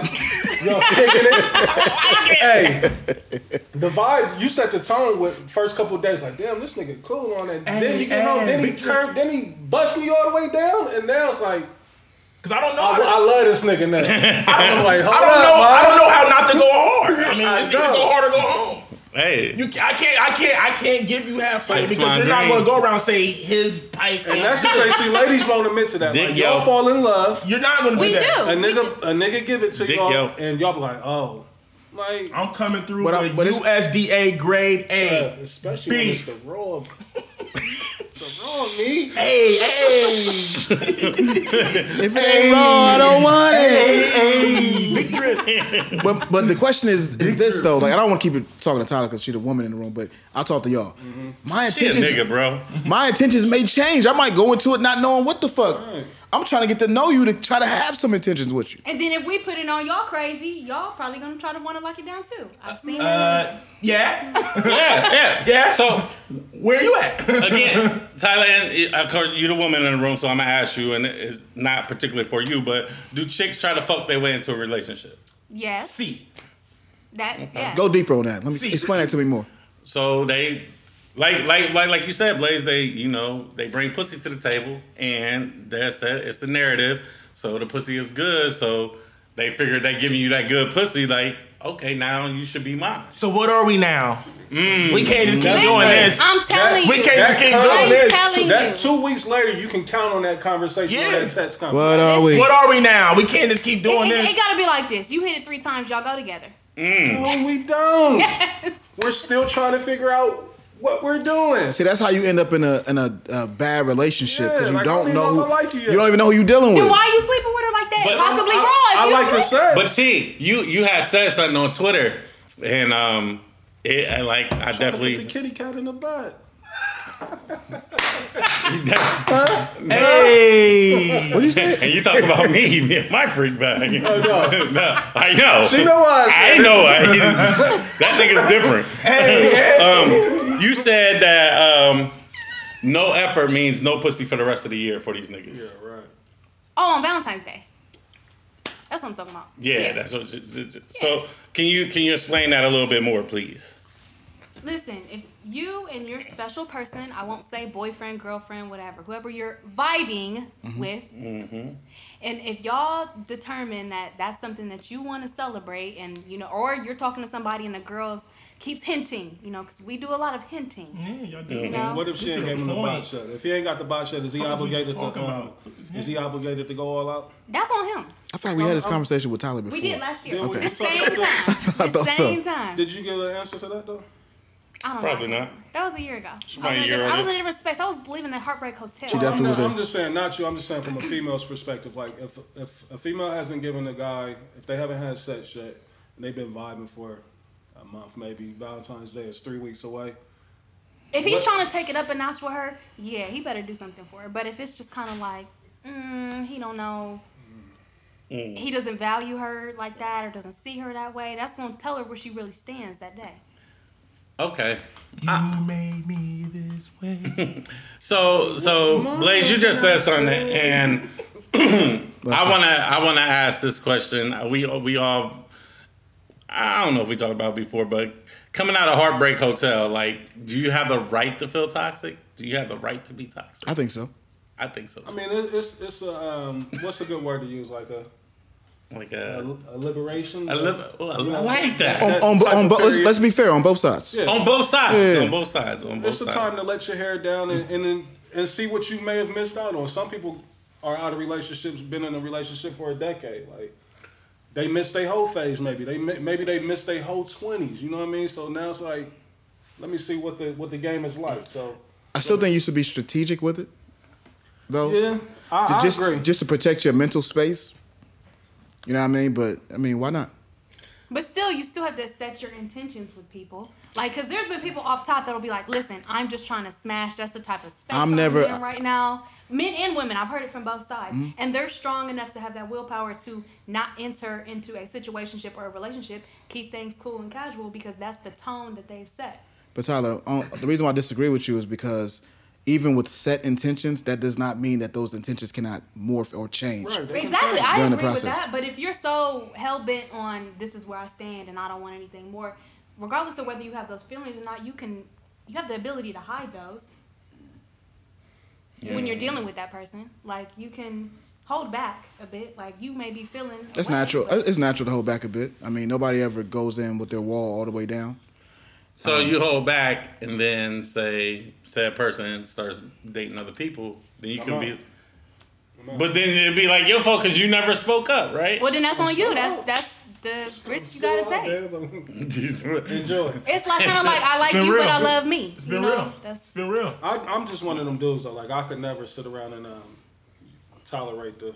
(laughs) you know, kicking it. hey, the vibe you set the tone with first couple days. Like damn, this nigga cool on that. then you get
Hey,
home, then
hey,
he
big
turned, then he bust me all the way down, and now it's like
Cause I don't know.
I, I love this nigga
(laughs)
now. I'm like, hold
I don't
up,
know. I
man.
don't know how not to go hard. I mean,
I
it's either
know.
go hard or go home.
hey,
You, I can't, I can't, I can't give you half pipe
Six
because
my
you're not
dream.
gonna go around say his pipe.
And that's the thing. See, ladies won't admit to that.
Dick
Like, y'all
yo.
fall in love.
You're not gonna do
We
that.
A
do.
nigga, a nigga give it to
Dick
y'all,
yo.
and y'all be like, oh, like
I'm coming through
But I-
with
but it's-
USDA grade
Yeah,
A.
especially when it's
Beef.
the raw. the raw meat.
Hey, hey,
If it ain't raw, I don't want it.
hey, big drip.
But but the question is is this though? Like I don't want to keep it talking to Tyler because she's the woman in the room. But I'll talk to y'all.
Mm-hmm.
My
she a
intentions,
nigga, bro.
my intentions may change. I might go into it not knowing what the fuck. I'm trying to get to know you to try to have some intentions with you.
And then if we put it on y'all crazy, y'all probably gonna try to want to lock it down too. I've seen that.
Uh, (laughs) yeah,
Yeah, yeah,
Yeah.
So
where you
(laughs)
at?
again, Tyler, and of course you're the woman in the room, so I'm gonna ask you, and it's not particularly for you, but do chicks try to fuck their way into a relationship?
yes.
(laughs) See,
That yes.
Go deeper on that. Let me
See.
explain that to me more.
So they, like, like, like, like you said, Blaze. They, you know, they bring pussy to the table, and that's it. It's the narrative. So the pussy is good. So they figured they giving you that good pussy. Like, okay, now you should be mine.
so what are we now? we can't just keep
Listen,
doing this.
I'm telling
we
you.
can't just keep
that
doing
comes-
this.
telling
That
you.
two weeks later, you can count on that conversation
Yeah.
or that text conversation.
What are we?
What are we now? We can't just keep
It-
doing
it,
this.
(laughs) it gotta be like this. You hit it three times, y'all go together.
No, we don't.
Yes.
We're still trying to figure out what we're doing.
See, that's how you end up in a in a, a bad relationship because
Yeah,
you
like, I don't
don't
even
know,
know if
who,
I like you
you,
yet.
don't even know who you're dealing with.
Then why you sleeping with her like that?
um,
But-
Possibly
I-
raw. if
I
you
like
don't
to say,
But see, you you had said something on Twitter, and um, it I, like I
put the
definitely
kitty cat in the butt.
Hey,
What do you say?
and you talk about me (laughs) being my freak bag. (laughs) no. I know.
(laughs) Oh, She know why I said
I know. I, (laughs) that thing is different. um, you said that um, no effort means no pussy for the rest of the year for these niggas.
Right.
Oh, on Valentine's Day. That's what I'm talking about.
Yeah, that's what. So can you can you explain that a little bit more, please?
Listen, if you and your special person, I won't say boyfriend, girlfriend, whatever, whoever you're vibing with, and if y'all determine that that's something that you want to celebrate, and you know, or you're talking to somebody and the girls keeps hinting, you know, because we do a lot of hinting. You know?
What if she ain't gave him the box shut? If he ain't got the box shut, is he
Fuck is we
obligated to?
talking
Um,
about?
is he obligated to go all out?
that's on him.
I thought we had this conversation with Tyler before.
We did last year.
Then we
The
just talked
same
about
time. The
thought so.
same time.
Did you give an answer to that though?
I don't
Probably
know.
not.
That was a year ago. I
about
was,
a
in a
year
different-
older.
I was in a different space. I was living at Heartbreak Hotel.
She definitely
I'm,
was
not,
a-
I'm just saying, not you. I'm just saying from a female's perspective. Like, if if a female hasn't given a guy, if they haven't had sex yet, and they've been vibing for a month, maybe Valentine's Day is three weeks away.
If he's
What-
trying to take it up a notch with her, yeah, he better do something for her. But if it's just kind of like, mm, he don't know, he doesn't value her like that, or doesn't see her that way, that's gonna tell her where she really stands that day.
Okay.
you made me this way.
So so Blaze, you just said something, and (clears throat) I wanna I wanna ask this question. We we all I don't know if we talked about it before, but coming out of Heartbreak Hotel, like, do you have the right to feel toxic? Do you have the right to be toxic?
I think so.
I think so. too.
I mean, it, it's it's a um, what's a good word to use? Like a,
like uh,
a,
a,
a liberation.
a li- oh, I like that
On,
That
on,
type
on,
of
but let's,
period.
let's be fair on both sides.
Oh,
Yeah.
on both sides.
Yeah.
On both sides. On both
It's the
sides.
time to let your hair down and, and then- and see what you may have missed out on. Some people are out of relationships, been in a relationship for a decade. Like they missed their whole phase. Maybe they mi- maybe they missed their whole twenties. You know what I mean? So now it's like, let me see what the what the game is like. So
I still think you should be strategic with it, though.
yeah, I, I
just
agree.
just to protect your mental space. You know what I mean? But I mean, why not?
But still, you still have to set your intentions with people. Like, cause there's been people off top that'll be like, "Listen, I'm just trying to smash." That's the type of space
I'm
I'm,
never- Mm-hmm.
in right now. Men and women, I've heard it from both sides, and they're strong enough to have that willpower to not enter into a situationship or a relationship, keep things cool and casual because that's the tone that they've set.
But Tyler, on, the reason why I disagree with you is because even with set intentions, that does not mean that those intentions cannot morph or change.
Right, they can
Exactly,
change.
I
During the
agree with
process.
that. But if you're so hell bent on this is where I stand and I don't want anything more, regardless of whether you have those feelings or not, you can you have the ability to hide those when you're dealing with that person. Like you can hold back a bit. Like you may be feeling a
That's
way,
natural. Uh,
but-
It's natural to hold back a bit. I mean, nobody ever goes in with their wall all the way down.
So
Um,
you hold back, and then say said person starts dating other people, then you can be. But then it'd be like your fault because you never spoke up, right? (laughs)
well, then that's on you. That's that's the risk you gotta take.
take.
Enjoy.
(laughs) Enjoy.
It's like kind of like I like
been
you, but
real.
I love me. It's
been
you know?
real.
That's
Been real.
I, I'm just one of them dudes though. Like I could never sit around and um, tolerate the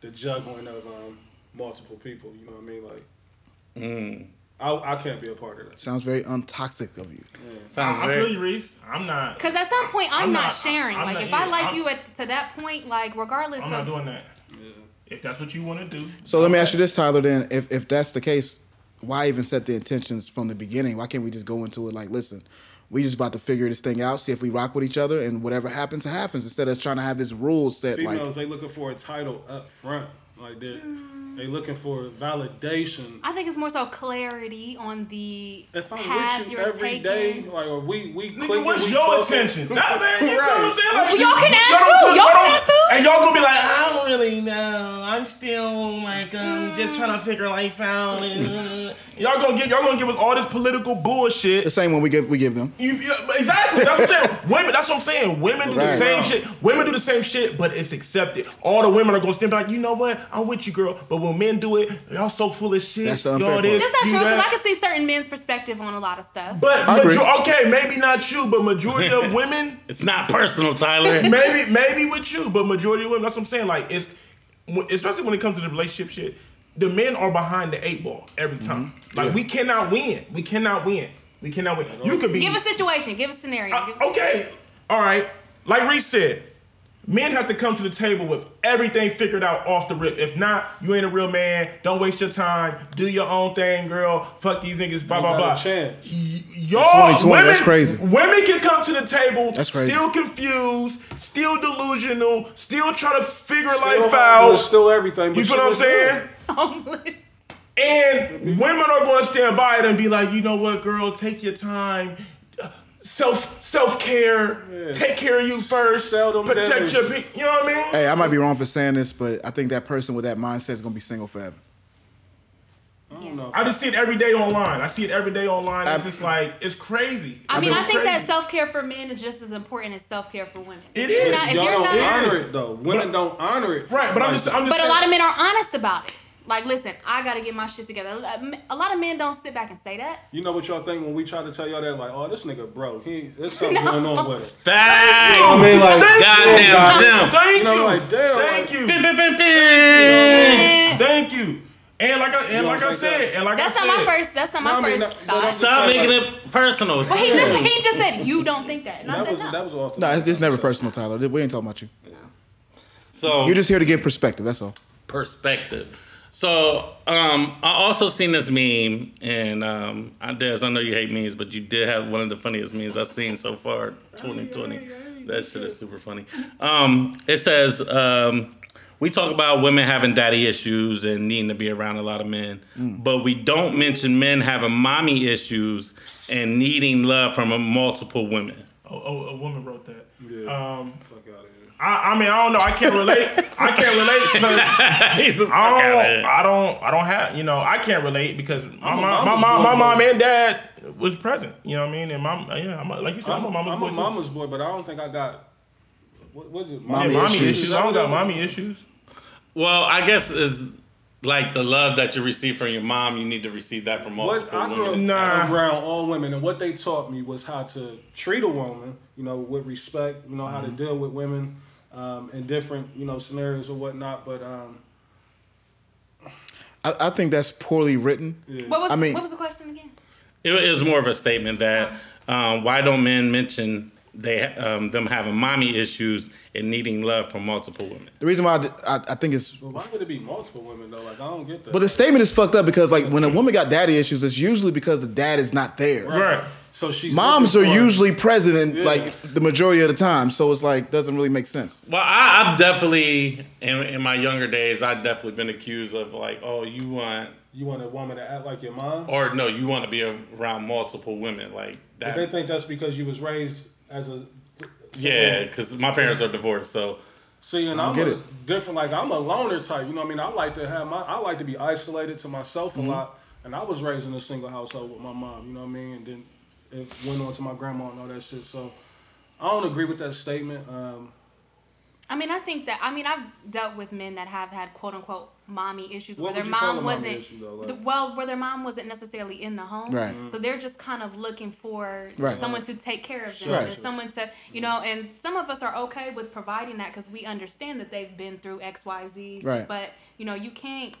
the juggling of um, multiple people. You know what I mean? Like,
Mm.
I, I can't be a part of that.
Sounds very untoxic of you.
Sounds
I
very.
feel you, Reese. I'm not.
Because at some point, I'm,
I'm
not,
not-
sharing.
I'm
like,
not-
if
yeah,
I like
I'm-
you at to that point, like, regardless
I'm
of.
not doing that. If that's what you want to do.
So let me ask you this, Tyler. Then, if if that's the case, why even set the intentions from the beginning? Why can't we just go into it like, listen, we just about to figure this thing out, see if we rock with each other, and whatever happens, happens. Instead of trying to have this rule set,
Females
like
they looking for a title up front. Like they
Mm.
are they looking for validation.
I think it's more so clarity on the
If I'm
path
with you
you're
every
taking.
day, like or we we clicking,
Nigga, what's
we
your
talking.
intentions? Nah, man, you feel what I'm saying? Like,
Well, y'all can ask
don't
too.
cook-
Y'all can ask too.
And y'all gonna be like, I don't really know. I I'm still like um just trying to figure life out. And, uh, y'all gonna give y'all gonna give us all this political bullshit.
The same one we give we give them.
You, you- exactly. That's what I'm saying. (laughs) Women. That's what I'm saying. Women do the
Right.
same shit. Women do the same shit, but it's accepted. All the women are gonna stand back. You know what? I'm with you, girl. But when men do it, y'all so full of shit.
That's the
y'all
unfair
this,
That's not
you
true because
that.
I can see certain men's perspective on a lot of stuff.
But
I agree.
major- okay, maybe not you, but
(laughs)
majority of women.
It's not personal,
(laughs)
Tyler.
maybe maybe with you, but majority of women. That's what I'm saying. Like it's especially when it comes to the relationship shit. The men are behind the eight ball every time.
Mm-hmm.
Like we cannot win. We cannot win. We cannot win. You could be
Give a situation. Give a scenario.
uh,
give-
okay. All right. Like Reese said, men have to come to the table with everything figured out off the rip. If not, you ain't a real man. Don't waste your time. Do your own thing, girl. Fuck these niggas. Blah blah
got a
blah.
chance.
Y- y'all,
2020,
women,
that's crazy.
Women can come to the table
That's crazy.
still confused, still delusional, still trying to figure
Still
life
hopeful,
out.
Still everything.
you
but
feel what I'm
was
saying?
Homeless.
And women are going to stand by it and be like, you know what, girl, take your time. Self self care. Take care of you first.
Sell them
Protect
dinners.
your pe- You know what I mean?
Hey, I might be wrong for saying this, but I think that person with that mindset is gonna be single forever.
good. I don't know.
I just see it every day online. I see it every day online. It's
I-
just like it's crazy.
I mean,
It's
I think
crazy.
that self care for men is just as important as self care for women.
It
If you're
is.
not- if
Y'all
you're
don't
not-
honor
Yes.
it though. Women don't honor it.
right. But I'm
Like,
just, I'm just.
But a
saying-
lot of men are honest about it. Like, listen, I got to get my shit together. A lot of men don't sit back and say that.
You know what y'all think when we try to tell y'all that? Like, oh, this nigga broke. He,
(laughs)
there's something going on with it.
Facts.
I mean, like,
Thank you.
Goddamn Jim.
Thank
You know,
you.
like, damn,
Thank you.
Bim, bim, bim, bim.
Thank you. And like I and
You
like I
don't think
said,
that-
and like
Eh, That's
I
not
said,
my first. That's not my
No, I mean,
first
no, no,
thought.
no.
Stop making it personal.
But he just he just said you don't think that, and I
that
said
was
no.
that was off. the-
No, it's, it's never personal, Tyler. We ain't talking about you.
So
You're just here to give perspective. That's all.
perspective. So um, I also seen this meme, and um, I, Des, I know you hate memes, but you did have one of the funniest memes I've seen so far, 2020. That shit is super funny. Um, it says um, we talk about women having daddy issues and needing to be around a lot of men, but we don't mention men having mommy issues and needing love from a multiple women.
oh, oh, a woman wrote that. Um,
Fuck outta here.
I, I mean, I don't know. I can't relate. I can't relate. 'cause
Get the fuck
I
outta
don't.
here.
I don't. I don't have. You know, I can't relate because my
a
mom, my
mama's
mom,
boy,
my mom
though.
and dad was present. You know what I mean? And mom, yeah, I'm a, like you said, I'm,
I'm,
a mama's
I'm
boy
a
too.
mama's boy, but I don't think I got. What, what is it?
Yeah,
Mommy
mommy
issues.
issues. I don't got mommy issues.
Well, I guess is like the love that you receive from your mom, you need to receive that from multiple
What I grew up
women.
Nah.
around all women, and what they taught me was how to treat a woman, you know, with respect, you know, how
Mm-hmm.
to deal with women um, in different, you know, scenarios or whatnot. But um,
I, I think that's poorly written.
What was
I mean-
what was the question again?
It is more of a statement that um, why don't men mention they um, them having mommy issues and needing love from multiple women?
The reason why I, d- I- I think it's
why would it be multiple women though? Like I don't get that.
but the statement is fucked up because like when a woman got daddy issues, it's usually because the dad is not there.
Right.
so she's
Moms are
looking for-
usually present in,
Yeah.
like the majority of the time, so it's like doesn't really make sense.
Well, I, I've definitely in, in my younger days, I've definitely been accused of like, oh, you want
You want a woman to act like your mom?
or no, you want to be around multiple women like that.
But they think that's because you was raised as a
yeah, because my parents are divorced, so (laughs)
See, and
I
I'm
don't get
a
it.
different. Like I'm a loner type. You know what I mean? I like to have my. I like to be isolated to myself
Mm-hmm.
a lot. And I was raised in a single household with my mom. You know what I mean? And then it went on to my grandma and all that shit. So I don't agree with that statement. Um,
I mean, I think that I mean I've dealt with men that have had quote unquote mommy issues
What
where
would
their
you call a
mom
mommy
wasn't
issue, though? Like- Mm-hmm.
the- well where their mom wasn't necessarily in the home,
Right. Mhm.
so they're just kind of looking for
Right.
someone to take care of them
Right.
and someone to you know. And some of us are okay with providing that because we understand that they've been through X Y Z.
Right.
But you know you can't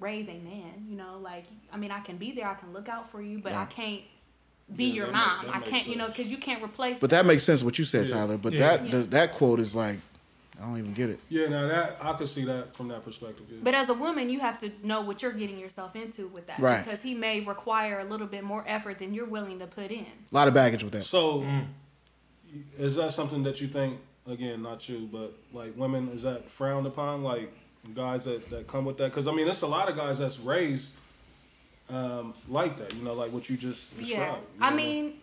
raise a man. You know, like I mean I can be there, I can look out for you, but I can't be your
that
mom.
make- that
I
makes
can't you know
sense.
because you can't replace.
But that makes sense what you said, Tyler. But that
Yeah.
the, that quote is like I don't even get it.
yeah, now that I could see that from that perspective. Yeah.
But as a woman, you have to know what you're getting yourself into with that.
Right.
Because he may require a little bit more effort than you're willing to put in.
A lot of baggage with that.
so is that something that you think? Again, not you, but like women, is that frowned upon? Like guys that that come with that? Because I mean, it's a lot of guys that's raised. Um, like that, you know, like what you just described.
Yeah.
you know
I
what
mean,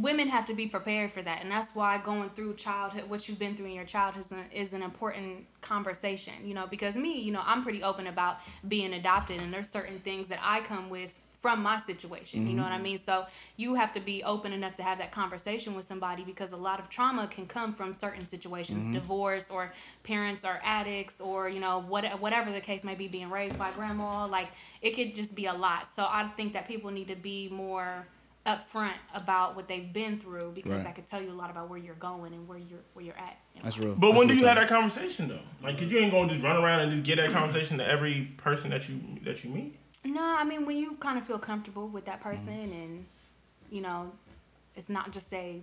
women have to be prepared for that and that's why going through childhood what you've been through in your childhood is an, is an important conversation you know because me you know i'm pretty open about being adopted and there's certain things that i come with from my situation you know what i mean so you have to be open enough to have that conversation with somebody because a lot of trauma can come from certain situations divorce or parents are addicts or you know what whatever the case may be being raised by grandma like it could just be a lot so i think that people need to be more upfront about what they've been through because
Right.
that could tell you a lot about where you're going and where you're where you're at. in
That's
life.
real.
But when do
That's
you
real
have
talk.
that conversation though? Like, 'cause you ain't gonna just run around and just get that conversation to every person that you that you meet.
No, I mean when you kind of feel comfortable with
Mm-hmm.
that person and you know it's not just a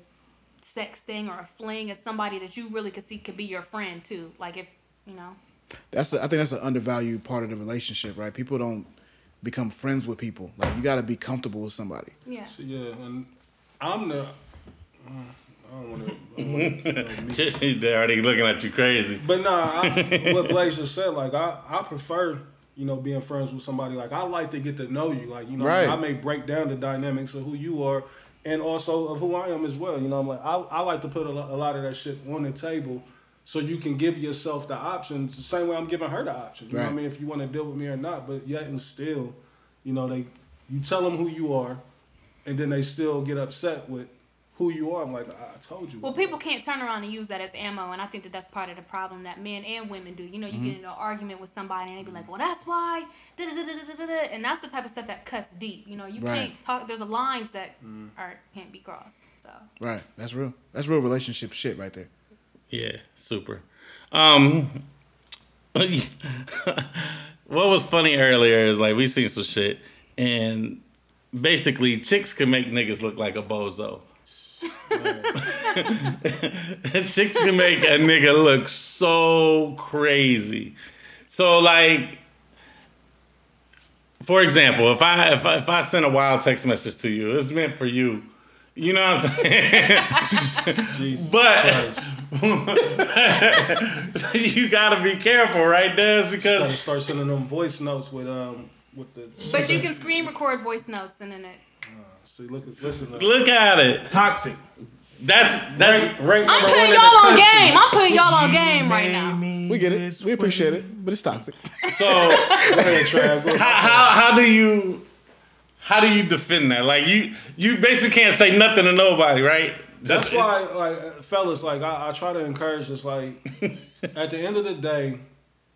sex thing or a fling. It's somebody that you really could see could be your friend too. Like if you know.
that's the, I think that's an undervalued part of the relationship, right? People don't become friends with people. Like you got to be comfortable with somebody.
Yeah.
So, yeah, and I'm the. mm, I don't want to.
They're already looking at you crazy.
But nah,
(laughs)
I, what Blaze just said, like I, I prefer, you know, being friends with somebody. Like I like to get to know you. Like you know,
Right.
I may break down the dynamics of who you are, and also of who I am as well. You know, I'm like I, I like to put a lot, a lot of that shit on the table, so you can give yourself the options. The same way I'm giving her the options. You know what
Right.
I mean? If you want to deal with me or not. But yet and still, you know, they you tell them who you are, and then they still get upset with who you are. I'm like, I I told you.
Well, people can't turn around and use that as ammo, and I think that that's part of the problem that men and women do. You know, you get into an argument with somebody, and they be like, "Well, that's why," da da da da da da da," and that's the type of stuff that cuts deep. You know, you
Right.
can't talk. There's a lines that are can't be crossed. So
Right. That's real. That's real relationship shit right there.
Yeah, super. Um, (laughs) what was funny earlier is like we seen some shit, and basically chicks can make niggas look like a bozo. (laughs) chicks can make a nigga look so crazy. So like, for example, if I if I, if I send a wild text message to you, it's meant for you. You know what I'm saying? but (laughs) you gotta be careful, right, Des?
Gotta
Because
start sending them voice notes with um with the.
But you can screen record voice notes and then it.
See, look, at- listen. To
look at it.
Toxic.
That's that's
Rank
I'm
number one in
putting
the
y'all on
country.
game. I'm putting y'all on game right now.
We get it. We appreciate it, but it's toxic.
so. How,
Go ahead, Trav. Go ahead.
how how do you how do you defend that? Like you you basically can't say nothing to nobody, right?
That's why, like, uh, fellas, like, I, I try to encourage
(laughs)
this. Like, at the end of the day,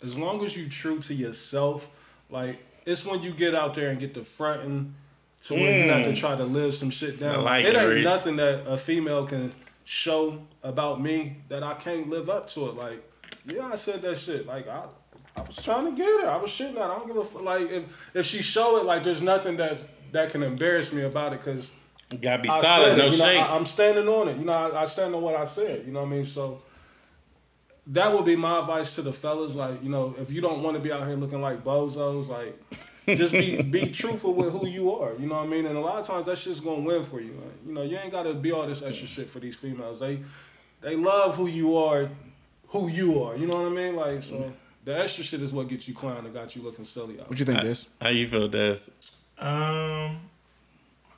as long as you true to yourself, like, it's when you get out there and get the fronting to where you have to try to live some shit down.
Mm. I like
it
it,
ain't
Reese.
nothing that a female can show about me that I can't live up to it. Like, yeah, I said that shit. Like, I. I was trying to get her. I was shitting at. her. I don't give a fuck. Like if, if she show it, like there's nothing that that can embarrass me about it. Cause
You gotta be
I
solid,
said
no
it, you know,
shake.
I, am standing on it. You know, I, I stand on what I said. You know what I mean? So that would be my advice to the fellas. Like, you know, if you don't want to be out here looking like bozos, like,
(laughs)
just be be truthful with who you are. You know what I mean? And a lot of times that shit's gonna win for you. Like, you know, you ain't gotta be all this extra shit for these females. They they love who you are, who you are. You know what I mean? Like, so the extra shit is what gets you clowned and got you looking silly out.
What you think, Des?
How you feel, Des?
Um,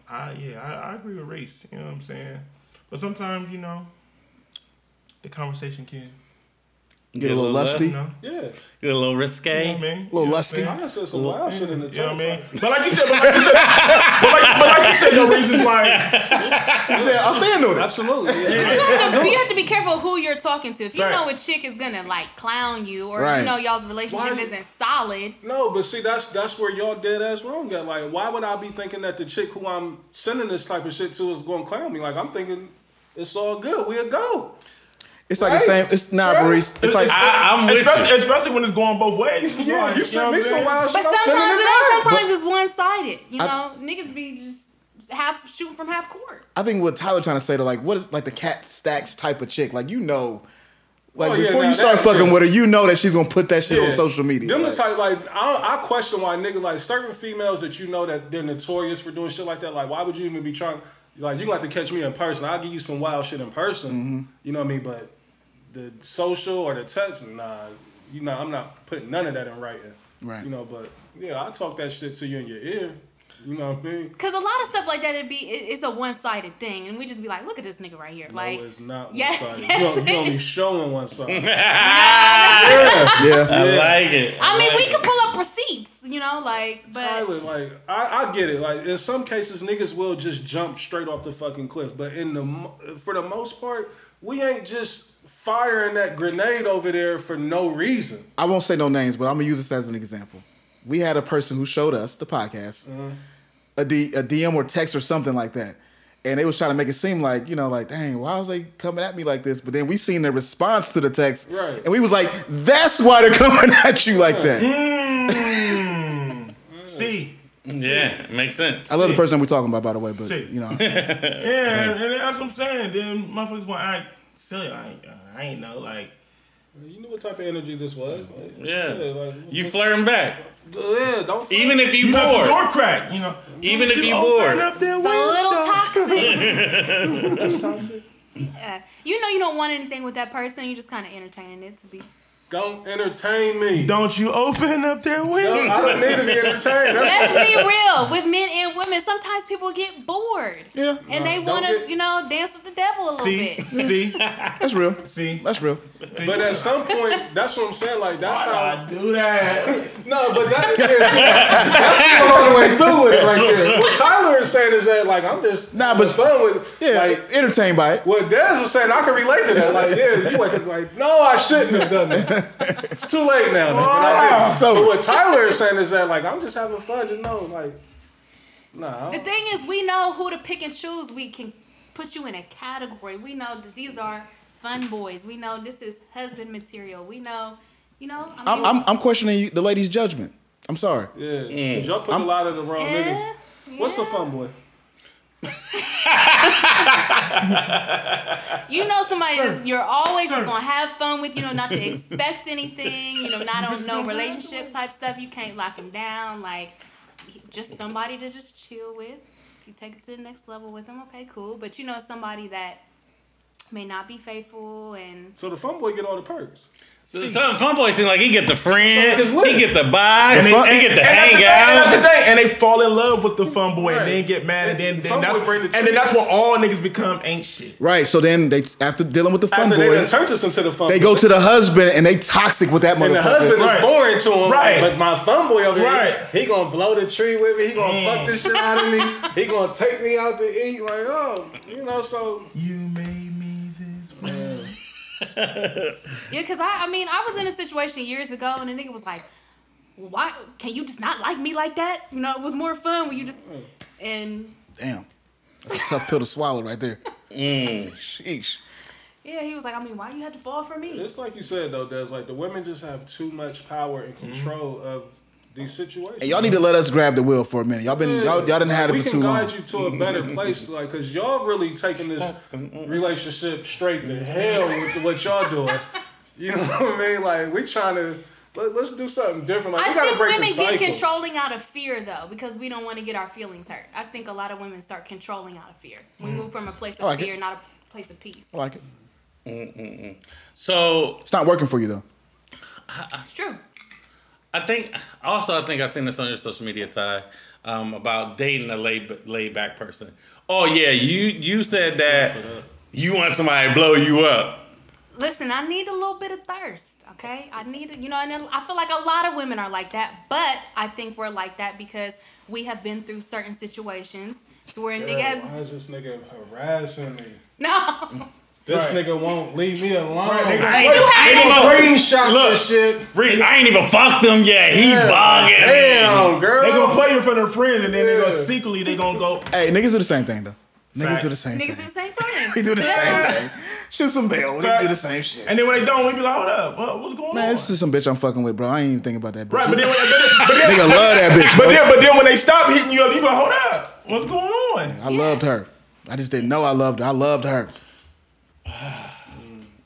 I yeah, I, I agree with race. You know what I'm saying? But sometimes you know, the conversation can
Get a little
you
lusty,
know,
Yeah,
Get a little
you know
(laughs)
risque.
what I mean?
a little lusty.
I said some wild shit in the
You know what I
text. (laughs)
mean? But like you said, but like you said, but like, but like you said, the reasons why.
I said, I'll stand on it.
Absolutely. yeah.
(laughs)
You have, to, you have to be careful who you're talking to. If you know a
Facts.
chick is gonna like clown you, or
Right.
you know y'all's
Why
relationship
you-
isn't solid,
No, but see, that's that's where y'all dead ass wrong at. Like, why would I be thinking that the chick who I'm sending this type of shit to is going to clown me? Like, I'm thinking it's all good. We'll go.
It's like the same. It's not
Right.
Maurice. It's like
(laughs) I, I'm with you.
Especially, especially when it's going both ways. Like,
you
know
send
what
me
I'm
some
saying?
wild shit.
But
I'm sending
sometimes
it
it ain't.
back.
Sometimes it's one sided. You know,
I-
niggas be just half shooting from half court.
I think what Tyler trying to say to like what is like the cat stacks type of chick. Like you know, like
Oh, yeah,
before
now
you start
that-
fucking with her, you know that she's gonna put that shit
Yeah.
on social media.
Them
Like,
the type like I, I question why nigga like certain females that you know that they're notorious for doing shit like that. Like why would you even be trying? Like you gonna have to catch me in person. I'll give you some wild shit in person.
Mm-hmm.
You know what I mean? But the social or the text, nah. You know I'm not putting none of that in writing.
Right.
You know, but yeah, I talk that shit to you in your ear. You know what I mean?
Because a lot of stuff like that, it'd be it- it's a one sided thing, and we just be like, look at this nigga right here. like,
no, it's not
yes,
one sided.
(laughs) yes,
you,
it
only
is.
showing one side.
Yeah.
I like it.
I mean,
like
we
it.
could pull up receipts, you know, like, but
Tyler, like I, I get it. Like in some cases, niggas will just jump straight off the fucking cliff. But in the mo- for the most part, we ain't just firing that grenade over there for no reason.
I won't say no names, but I'm gonna use this as an example. We had a person who showed us the podcast,
Mm-hmm.
a, D, a DM or text or something like that, and they was trying to make it seem like you know, like dang, why was they coming at me like this? But then we seen the response to the text,
Right.
and we was like, that's why they're (laughs) coming at you like that.
See,
Yeah, makes sense.
I love the person we're talking about, by the way, but
See.
(laughs)
you know,
yeah, and that's what I'm saying. Then motherfuckers want I silly. I ain't, I ain't know like.
You knew what type of energy this was. Like,
Yeah.
like,
You flirting back.
yeah, don't
Even if you
You got the
bored.
door crack, you know.
Even if you
Open
bored.
up that
it's a little toxic.
(laughs) that's toxic.
Yeah. You know, you don't want anything with that person. You just kind of entertaining it to be.
Don't entertain me.
Don't you open up that window?
I don't need
(laughs)
to be entertained.
Let's
That's-
be real with men and women. Sometimes people get bored.
yeah,
And they want
get-
to, you know, dance with the devil a little
See,
bit.
see,
that's real.
see.
That's real.
but at some point, that's what I'm saying. Like that's how.
I do that.
No, but that, yeah, that's the wrong way through with it right there. What Tyler is saying is that like I'm just
Nah, but-
having fun with
Yeah,
like
entertained by it.
What Dez was saying, I can relate to that. Like, yeah, you wake up like, no, I shouldn't have done that. It's too late now. But,
Ah.
I didn't.
So-
But what Tyler is saying is that, like, I'm just having fun. Just know, like, nah. I
The
don't-
thing is, we know who to pick and choose. We can put you in a category. We know that these are fun boys. We know this is husband material. We know, you know. I
I'm,
mean,
I'm, I'm questioning you, the lady's judgment. I'm sorry.
Yeah, 'Cause y'all put a lot of the wrong
yeah,
niggas. What's the
yeah.
fun boy?
You know somebody that's you're always just gonna have fun with. You know not to expect anything. You know not on no relationship type stuff. You can't lock them down. Like just somebody to just chill with. If you take it to the next level with them, okay, cool. But you know somebody that may not be faithful and
So the fun boy get all the perks.
Some fun boy seem like he get the friend,
So it's lit.
he get the box, he
fun-
get the
that's the
hang
thing, and that's the
out.
thing. And they fall in love with the fun boy
Right.
and then get mad and then, then
Fun boy
that's
bring the
and then
truth.
that's when all niggas become ain't shit.
Right. So then they after dealing with the fun
After they
boy,
done turned us into the fun
they
boy.
go to the husband and they toxic with that
And the
motherfucker.
husband
Right.
is boring to him.
Right.
But my fun boy over here,
Right. Mm.
he gonna blow the tree with me. He gonna fuck the shit out of me. He gonna take me out to eat. Like, oh, you know, so.
You made me this way.
Yeah, because I, I mean, I was in a situation years ago and a nigga was like, why can you just not like me like that? You know, it was more fun when you just
Mm.
and
Damn. That's a tough pill to swallow right there.
Mm,
Sheesh.
yeah, he was like, I mean, why you had to fall for me?
It's like you said though, Des. Like the women just have too much power and control of these situations.
Hey, y'all need to let us grab the wheel for a minute. Y'all been y'all y'all didn't have it
we
for
can
too long.
guide you to a better place, like, cause y'all really taking this relationship straight to hell with what y'all doing. You know what I mean? Like we trying to let, let's do something different. Like
I
we gotta
think
break
women
the cycle.
get controlling out of fear though, because we don't want to get our feelings hurt. I think a lot of women start controlling out of fear. We
Mm.
move from a place of
like it.
fear, not a place of peace.
I like it.
So
It's not working for you though.
it's true.
I think also I think I seen this on your social media Ty um, about dating a laid laid back person. Oh yeah, you you said that you want somebody to blow you up.
Listen, I need a little bit of thirst, okay? I need it, you know, and I feel like a lot of women are like that, but I think we're like that because we have been through certain situations to where a nigga
Yeah,
has
Why is this nigga harassing me?
(laughs) no.
This nigga won't leave me alone.
But you have
Look,
Screenshot
Look.
this shit.
Reed, I ain't even fucked him yet. He bugging me.
Damn, girl.
They gonna play in front of their friends and then they gonna
Yeah.
secretly they gonna go.
Hey, niggas do the same thing though. Niggas
Facts.
do the same
niggas do
thing.
the same thing.
We do the
That's right.
same thing. Shoot some bail. We do the
Facts.
same shit.
And then when they don't, we be like, hold up, what, what's going
Man,
on?
this is some bitch I'm fucking with, bro. I ain't even thinking about that bitch.
Right, but then, when, but, then, but,
nigga
then,
love that bitch.
but
bro.
then, but then when they stop hitting you up, you be like, hold up, what's going on?
I loved her. I just didn't know I loved her. I loved her.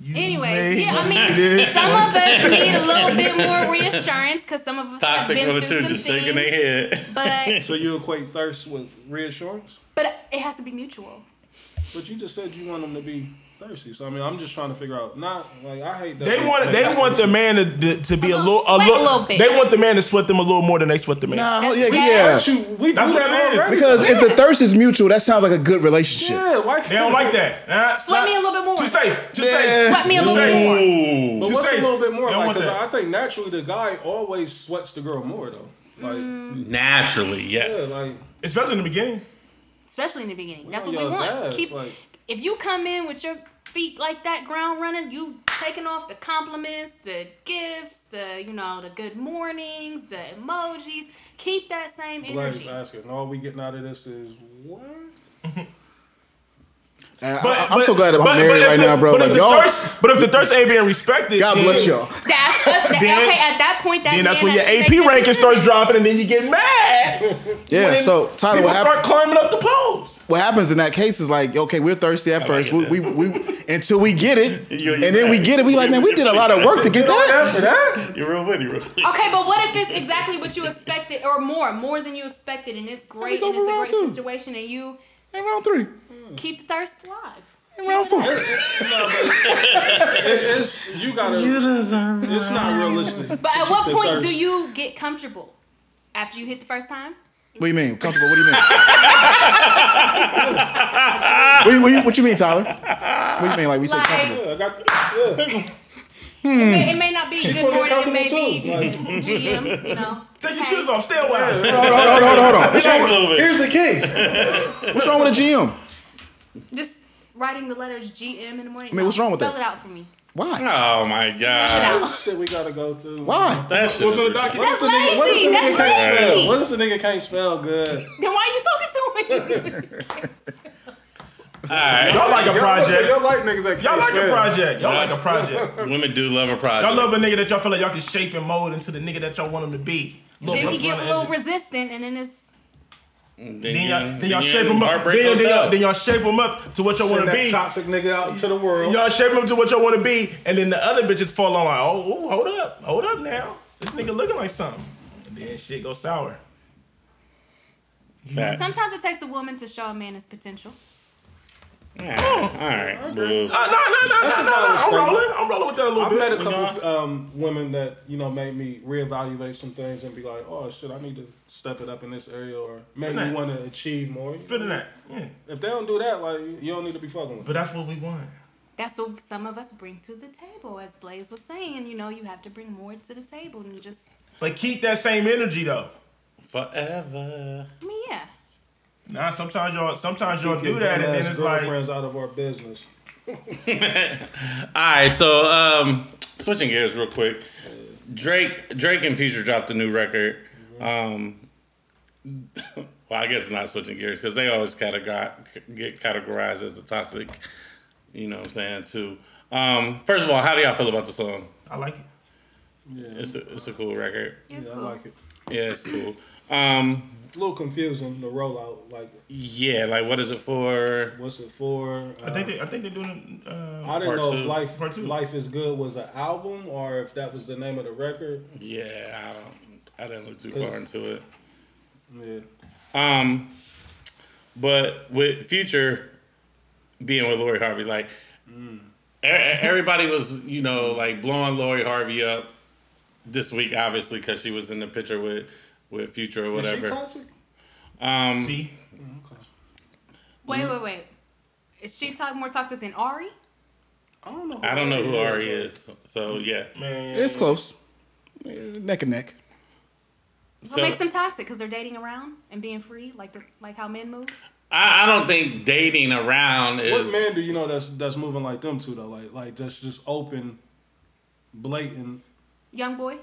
Anyways, yeah, I mean, some of us need a little bit more reassurance because some of us
Toxic
have been
mother
through
too,
some
just shaking
things.
their head.
But (laughs)
So you equate thirst with reassurance?
but it has to be mutual.
But you just said you want them to be thirsty. So I mean, I'm just trying to figure out. Not like I hate that
They want they want
(laughs)
the man to, to, to be a
A little
little,
sweat a little bit.
They want the man to sweat them a little more than they sweat the man.
Nah,
That's
yeah,
weird.
yeah.
you. We
That's
do
what it
that
is.
already.
Because if the thirst is mutual, that sounds like a good relationship.
yeah, why can't
They don't like that. Nah, it's
(laughs) Sweat
not-
me a little bit more.
Too safe. Too
Yeah.
safe.
Sweat me a
Too
little
safe.
bit more.
Ooh.
But what's
safe.
a little bit more?
They don't
Like,
want
'cause
that.
I think naturally the guy always sweats the girl more though. Like,
Naturally,
yeah,
yes.
like
Especially in the beginning.
especially in the beginning. That's
on
what we
y'all's
want.
ass,
Keep
like-
if you come in with your feet like that, ground running, you taking off the compliments, the gifts, the you know the good mornings, the emojis. Keep that same
Blaze
energy.
asking, and all we getting out of this is what?
And I-
But,
I, am
but-
so glad that I'm
but-
married
but if
right
the-
now, bro.
But if
Like
the
y'all,
thirst, but if the thirst ain't being respected,
God
then-
bless y'all.
That's that,
(laughs) Then-
okay. At that point, that
Then that's when
man
your
has to
AP
make that
ranking starts
decision.
dropping, and then you get mad.
Yeah.
When
So Tyler,
people
what,
start
hap-
climbing up the poles.
what happens in that case is like, okay, we're thirsty at first. We, we, we until we get
(laughs)
it,
You- you
and then we
right.
get it. We like, man, we did a lot of work to get that.
For that?
You're real witty, real witty.
Okay, but what if it's exactly what you expected, or more, more than you expected, and it's great,
go
and
for
it's a
round
great
two.
situation, and you
In round three,
keep the thirst alive?
in round four.
It- it's you gotta. it's not realistic.
But at what
the
point
thirst.
do you get comfortable after you hit the first time?
What do you mean? Comfortable? What
(laughs)
do you mean? what, you- what you, what you mean, Tyler? What do you mean? Like we say
Like-
comfortable?
Yeah, I got,
(laughs)
yeah.
It may not be good
supposed
morning.
to
It may be
be
just (laughs) GM. You know.
Take your
Okay.
shoes off. Stay a while.
Hold on, hold on, hold on, hold on. What's
Back a
wrong,
little bit.
Here's the key.
what's wrong with a GM?
Just writing the letters GM in the morning. I
mean, what's wrong with
Spell
that?
it out for me.
Why?
Oh my god.
Spell it
This
out.
shit we gotta go through.
Why?
That shit.
What's
is
on the
ridiculous.
docket?
That's
What if
lazy.
the nigga
That's
can't spell?
lazy.
What if the nigga can't spell good?
Then why are you talking to me?
Y'all like a
Y'all
project.
like niggas that can't
Y'all like a
spell.
project. Y'all like a project.
Women do love a project.
Y'all love a nigga that y'all feel like y'all can shape and mold into the nigga that y'all want him to be. Little
(laughs) Then he
rough
get
around
a little
the edges.
resistant, and then it's
Then y'all, then y'all
you
shape
in
him up.
Heartbreak
Then, y'all- then, y'all,
Hotel.
then y'all shape him up to what y'all want
Send
to
that
be.
toxic nigga out to the world.
Y'all shape him to what y'all want to be, and then the other bitches fall on like, oh, ooh, hold up, hold up now. This nigga looking like something. And then shit go sour.
Facts.
sometimes it takes a woman to show a man his potential.
Oh,
All right, boo.
Uh, no, no, no, no,
a
no, no.
valid
I'm
statement.
rolling. I'm rolling with that a little
I've
bit.
met a couple
Uh-huh.
um, women that you know made me reevaluate some things and be like, oh shit, I need to step it up in this area or made me
Finna.
want to achieve more.
Feeling that. Yeah.
If they don't do that, like you don't need to be fucking with.
But that's what we want.
That's what some of us bring to the table, as Blaze was saying. You know, you have to bring more to the table, and you just,
But keep that same energy though.
Forever. (laughs)
I mean, yeah.
Nah, sometimes y'all, sometimes y'all
Get
do that, and
dumbass
then it's like,
girlfriends out of our business.
All right, so um, switching gears real quick. Drake, Drake and Future dropped a new record. Um, (laughs) well, I guess not switching gears because they always categorize, get categorized as the toxic. You know what I'm saying too. Um, first of all, how do y'all feel about the song?
I like it.
It's a, it's a cool record.
It's
Yeah, I
cool.
like it.
Yeah, it's cool. Um,
A little confusing the rollout. Like,
yeah, like what is it for?
what's it for?
I think they, I think they're doing. Uh,
I didn't
Part
know if
two.
life
Part two.
life is good was an album or if that was the name of the record.
Yeah, I don't. I didn't look too far into it.
Yeah.
Um, but with Future being with Lori Harvey, like e- e- everybody was, you know, like blowing Lori Harvey up this week, obviously, because she was in the picture with with Future or
Is she
whatever.
toxic?
Um,
see,
Wait, wait, wait. Is she talk more toxic than Ari?
I don't know.
I don't know who
Ari
Ari is, so yeah.
man,
It's close. Eh, Neck and neck.
What
So-
makes them toxic? Because they're dating around and being free, like the, like how men move.
I, I don't think dating around is.
What man do you know that's that's moving like them too though? Like like that's just open, blatant.
Young boy,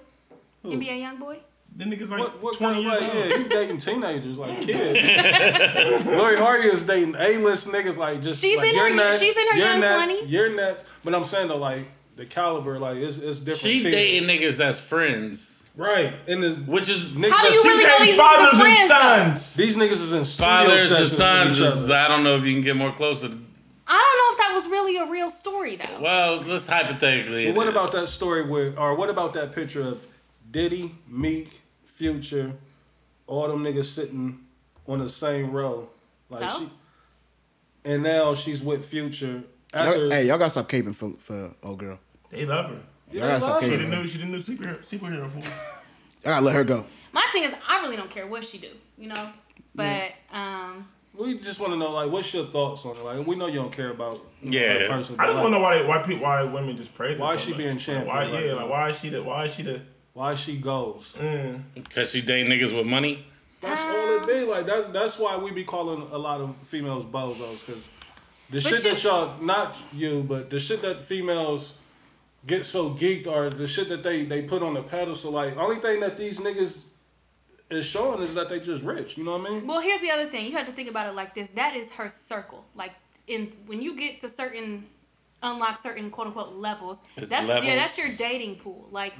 NBA young boy.
the niggas like
What what
twenty
kind of
years
like
old.
yeah? You dating teenagers like kids? (laughs) Lori Harvey is dating A list niggas like just.
She's
like,
in
you're
her-
nuts,
she's in her
you're
young
nuts,
20s.
You're nuts. But I'm saying though like the caliber like it's it's different.
She
tiers.
dating niggas that's friends,
right? And the
which is
niggas
How do
that-
you
see,
really
They
know these niggas
fathers
is
and
friends? though?
sons.
These niggas is in studio
fathers and
sessions with
sons.
each
Is,
other.
I don't know if you can get more closer. to-
I don't know if that was really a real story though.
Well, let's hypothetically.
But
it
what
is.
about that story where, or what about that picture of Diddy, Meek, Future, all them niggas sitting on the same row, like
So?
she, and now she's with Future
Y'all,
After,
hey, y'all gotta stop caping for, for old girl.
They love her.
Y'all gotta stop
love
She
her.
caping.
the
man.
new, she the new superhero. superhero fool.
I gotta let her go.
My thing is, I really don't care what she do, you know. But um,
we just want to know, like, what's your thoughts on it? Like, we know you don't care about
Yeah.
the person.
I
but,
just
like,
want to know why they, why people why women just praise. her
Why
so
is she
much.
being
Like,
champion
Why
like
yeah?
that?
Like why is she the why is she the
why she goes.
mm,
Because she date niggas with money.
That's all it be. Like that's that's why we be calling a lot of females bozos because the shit
you-
that y'all not you, but the shit that females get so geeked or the shit that they they put on the pedestal. Like only thing that these niggas is showing is that they just rich. You know what I mean?
well, here's the other thing. You have to think about it like this. That is her circle. Like in when you get to certain unlock certain quote unquote levels.
It's
that's yeah,
levels.
that's your dating pool. Like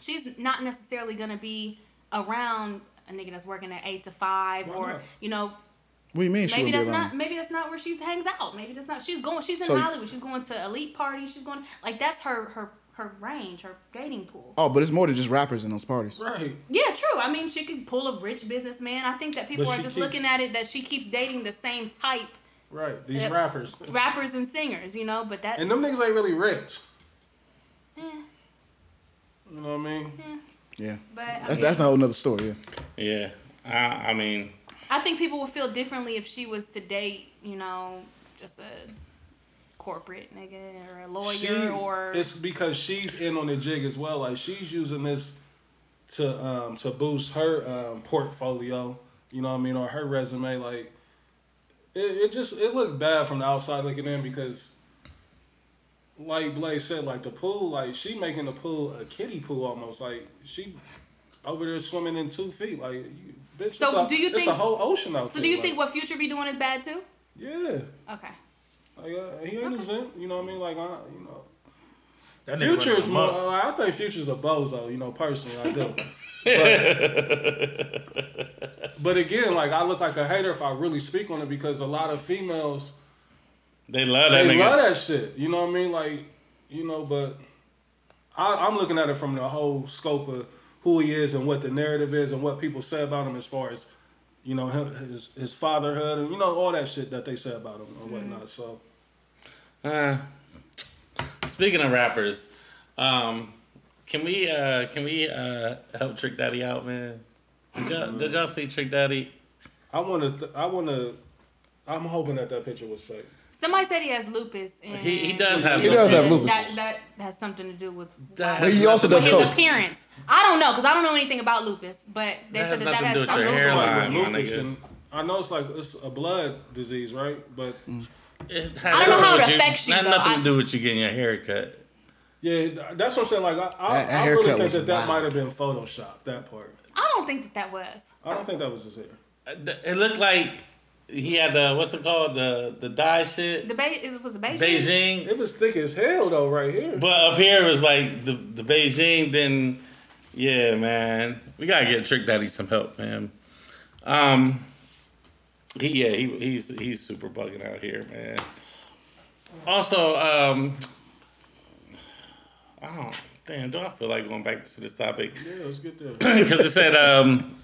she's not necessarily gonna be around a nigga that's working at eight to five
Why
or
not?
you know
What do you mean she
maybe
would be
that's
around?
not maybe that's not where she hangs out. Maybe that's not she's going she's in
So-
Hollywood. She's going to elite parties. She's going like that's her her her range, her dating pool.
Oh, but it's more than just rappers in those parties.
Right.
Yeah, true. I mean, she could pull a rich businessman. I think that people
But
are
she
just
keeps-
looking at it that she keeps dating the same type
Right. These
uh,
rappers.
rappers and singers, you know, but that
And them niggas ain't really rich.
eh,
You know what I mean?
Yeah,
but I,
that's
mean,
that's a whole nother story. Yeah.
Yeah. I, I mean,
I think people would feel differently if she was to date, you know, just a corporate nigga or a lawyer or
it's because she's in on the jig as well. Like she's using this to um to boost her um portfolio, you know what I mean, or her resume. Like it, it just it looked bad from the outside looking in because like Blaze said, like the pool, like she making the pool a kiddie pool almost. Like she over there swimming in two feet. Like you, bitch,
So
it's a-
do you
it's
think-
a whole ocean out
So
there,
do you
like,
think what Future be doing is bad too?
Yeah.
Okay.
Like uh, he ain't exempt, you know what I mean? Like I you know
that nigga
Future
running
is more. uh,
amok.
I think Future's a bozo. You know, personally, I do.
(laughs)
but, but again, like I look like a hater if I really speak on it because a lot of females
they love that
they
nigga.
love that shit. You know what I mean? Like you know, but I, I'm looking at it from the whole scope of who he is and what the narrative is and what people say about him as far as you know him, his his fatherhood and you know all that shit that they say about him and whatnot. So
Uh, speaking of rappers, um, can we uh, can we uh, help Trick Daddy out, man? Did y'all, did y'all see Trick Daddy?
I want to. Th- I want to. I'm hoping that that picture was fake.
Somebody said he has lupus. And
He he does have.
He does have lupus.
That that has something to do with
That
But
has
he also
nothing-
does
his
coke.
appearance. I don't know because I don't know anything about lupus, but they
That
said
has
that that
nothing to do
has
with
something
your
to do
hairline.
with.
like
Fine, my
with lupus
nigga.
and I know it's like it's a blood disease, right? But
It has
I don't know how it
nothing to do-
affects you,
Not
though.
nothing
I-
to do with you getting your hair cut.
yeah, th- that's what I'm saying. Like I, I,
That- that
I really
haircut
think
was
that that
wild.
might have been photoshopped. That part,
I don't think that that was.
I don't think that was his hair.
Uh, It looked like he had the what's it called the the dye shit
The ba- is- was it Beijing.
Beijing,
It was thick as hell though, right here.
but up here it was like the the Beijing. Then yeah, man, we gotta get Trick Daddy some help, man. Um, he yeah he he's he's super bugging out here, man. Also, um, I don't damn. Do I feel like going back to this topic? (laughs)
yeah, let's get there.
because it said um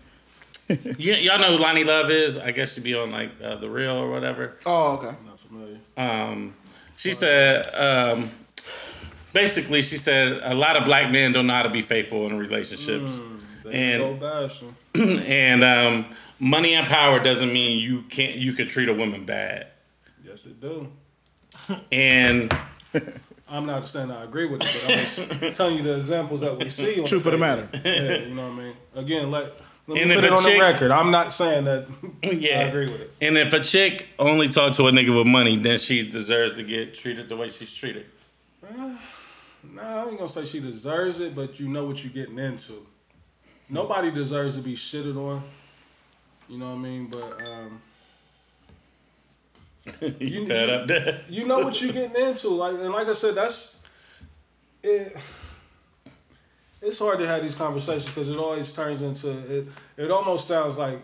y- y'all know who Lonnie Love is. I guess she'd be on like uh, the Real or whatever.
Oh, okay.
Not familiar.
Um, she said um, basically she said a lot of black men don't know how to be faithful in relationships,
Mm, Go
and
bash him.
(clears throat) and um, money and power doesn't mean you can't you could treat a woman bad.
Yes, it do.
And (clears throat)
I'm not saying I agree with it, but
(laughs)
I'm just telling you the examples that we see. on
Truth of the
page.
matter.
Yeah, you know what I mean. Again, like let me
And
put
if
it
a
on
chick-
the record. I'm not saying that I
Yeah.
agree with it.
and if a chick only talk to a nigga with money, then she deserves to get treated the way she's treated. (laughs)
Nah, I ain't gonna say she deserves it, but you know what you're getting into. Nobody deserves to be shitted on. You know what I mean? But um,
you fed up there.
you know what you're getting into. Like and like I said, that's it. It's hard to have these conversations because it always turns into it. It almost sounds like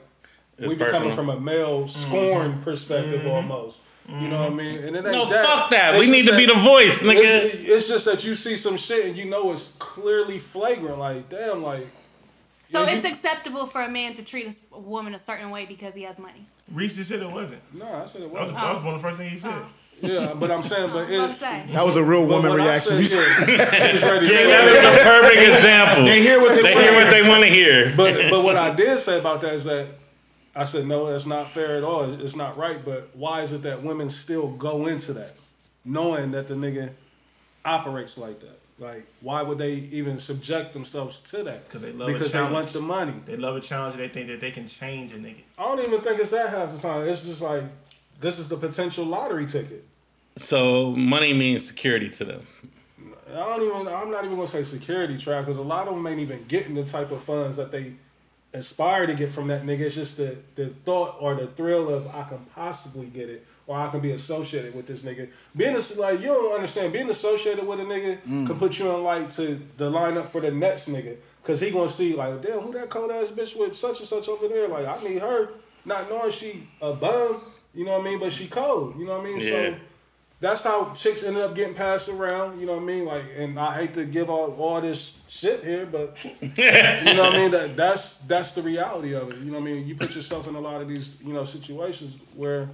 It's
we be
personal.
coming
Mm-hmm.
from a male scorn perspective almost. You know what I mean? And it ain't
No,
that.
fuck that. we
It's just
need to be
that-
the voice, (laughs) nigga.
It's, it's just that you see some shit and you know it's clearly flagrant. Like, damn, like
So
Yeah, you-
it's acceptable for a man to treat a s- a woman a certain way because he has money.
Reese just said it wasn't.
no, I said it
That was,
wasn't.
that was one of the first things he said.
Yeah, but I'm saying, but
I'm
it,
saying.
That was a real
but
woman
when I
reaction.
(laughs)
said, yeah, he was ready to
Yeah,
go.
that is a perfect example.
(laughs) They hear what they
They
want.
hear what they want to hear.
but but what I did say about that is that I said no, that's not fair at all. It's not right. But why is it that women still go into that, knowing that the nigga operates like that? Like, why would they even subject themselves to that?
'Cause they love a
because they
challenge.
want the money.
They love a challenge and they think that they can change a nigga.
I don't even think it's that half the time. It's just like this is the potential lottery ticket.
So money means security to them.
I don't even. I'm not even gonna say security trap because a lot of them ain't even getting the type of funds that they aspire to get from that nigga. It's just the the thought or the thrill of I can possibly get it or I can be associated with this nigga. Being as- like you don't understand. Being associated with a nigga can put you in light to the lineup for the next nigga because he gonna see like damn who that cold ass bitch with such and such over there. Like I need her, not knowing she a bum. You know what I mean? But she cold. You know what I mean?
Yeah.
So that's how chicks ended up getting passed around. You know what I mean? Like, and I hate to give all, all this shit here,
(laughs)
but you know what I mean. That that's that's the reality of it. You know what I mean? You put yourself in a lot of these you know situations where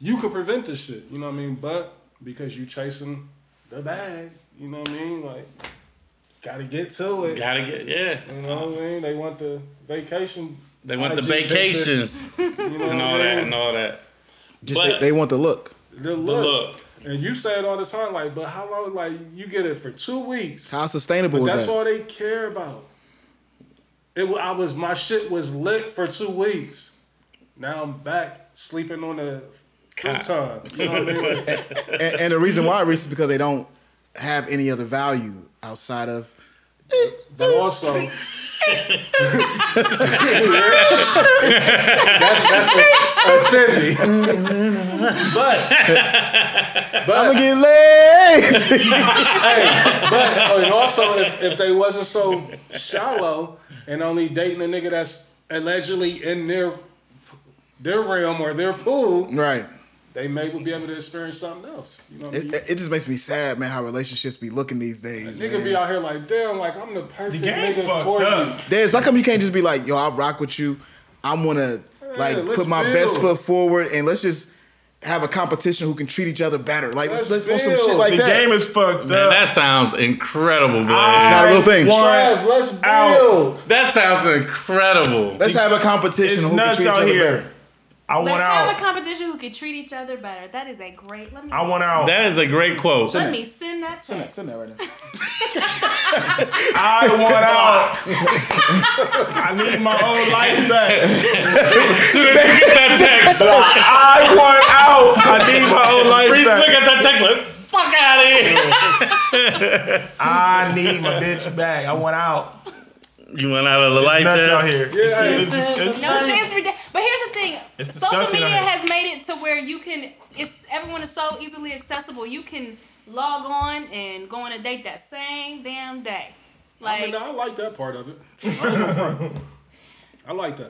you could prevent this shit. You know what I mean? But because you chasing the bag, you know what I mean? Like, gotta get to it.
Gotta get yeah.
You know what I mean? They want the vacation.
They want the
IG picture,
vacations
(laughs) you know
and
what I
all that
mean?
and all that.
(laughs) Just
But-
they, they want the look.
The
But
look.
look,
And you say it all the time, like, but how long? Like, you get it for two weeks.
How sustainable is
That's
that?
all they care about. It. wa- I was my shit was lit for two weeks. Now I'm back sleeping on the futon. You know what I mean?
and, and the reason why Reese is because they don't have any other value outside of
But also, that's that's a, a 50. But
I'm gonna get laid.
but oh, and also if, if they wasn't so shallow and only dating a nigga that's allegedly in their their realm or their pool,
right.
they may be able to experience something else. You know what I mean?
It, it just makes me sad, man, how relationships be looking these days.
Nigga
man.
be out here like, damn, like I'm the
The
perfect
game
nigga
fucked
for
up.
you.
There's how come you can't just be like, yo, I rock with you. I'm gonna like
let's
put my
build.
best foot forward and let's just have a competition who can treat each other better. Like let's let's,
Let's
go some
build.
shit like
The
that.
game is fucked
man,
up.
that sounds incredible,
it's
man.
not a real thing.
One-
Trav, let's
out.
build.
That sounds incredible.
let's have a competition
It's
who can
nuts
treat each
out
other
here.
better.
I want
Let's have a
out.
competition who can treat each other better. That is a great. Let me.
I want out.
That is a great quote. (laughs)
Let me send that. Send
Send that right now.
I want out.
(laughs)
I need my own life back.
As soon as you get that text,
I want out. I need my own life
Reese, look
back.
at that text. Like, fuck out of
I need my bitch back. I want out.
here. You went out of the light
Nuts
there.
out here.
Yeah, hey,
It's dis- it's-
No, it's ridiculous. But here's the thing:
It's
social
disgusting
media
out here.
has made it to where you can. It's everyone is so easily accessible. You can log on and go on a date that same damn day.
I,
Like
mean, I like that part of it. I, ain't
(laughs)
gonna front. I like that.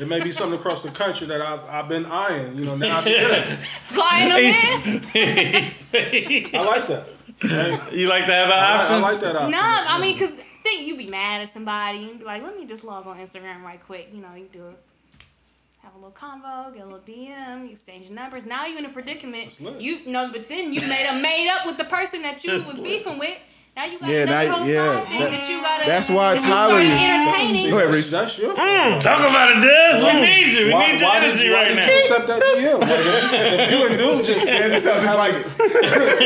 it may be something across the country that I've, I've been eyeing. You know, now I can get it.
flying a man.
I like that.
You like to have an
I, I
option?
like that option.
No, I mean, cause think you be mad at somebody and be like, let me just log on Instagram right quick. You know, you do it. Have a little convo, get a little DM, you exchange your numbers. Now you're in a predicament.
lit.
You no, but then you made a made up with the person that you was beefing with. Now you got
Yeah,
another
now-
whole
yeah,
side thing
that-
that you gotta.
That's why
that you
Tyler-
started
Go
entertaining.
ahead,
That's,
Reese.
that's your fault.
Talk about it, Diz. We need you. Mm, We
Why,
need your
why did
energy
you, why
right
did
now.
you accept that DM? Like, if, if you and dude just
Yeah, just, just like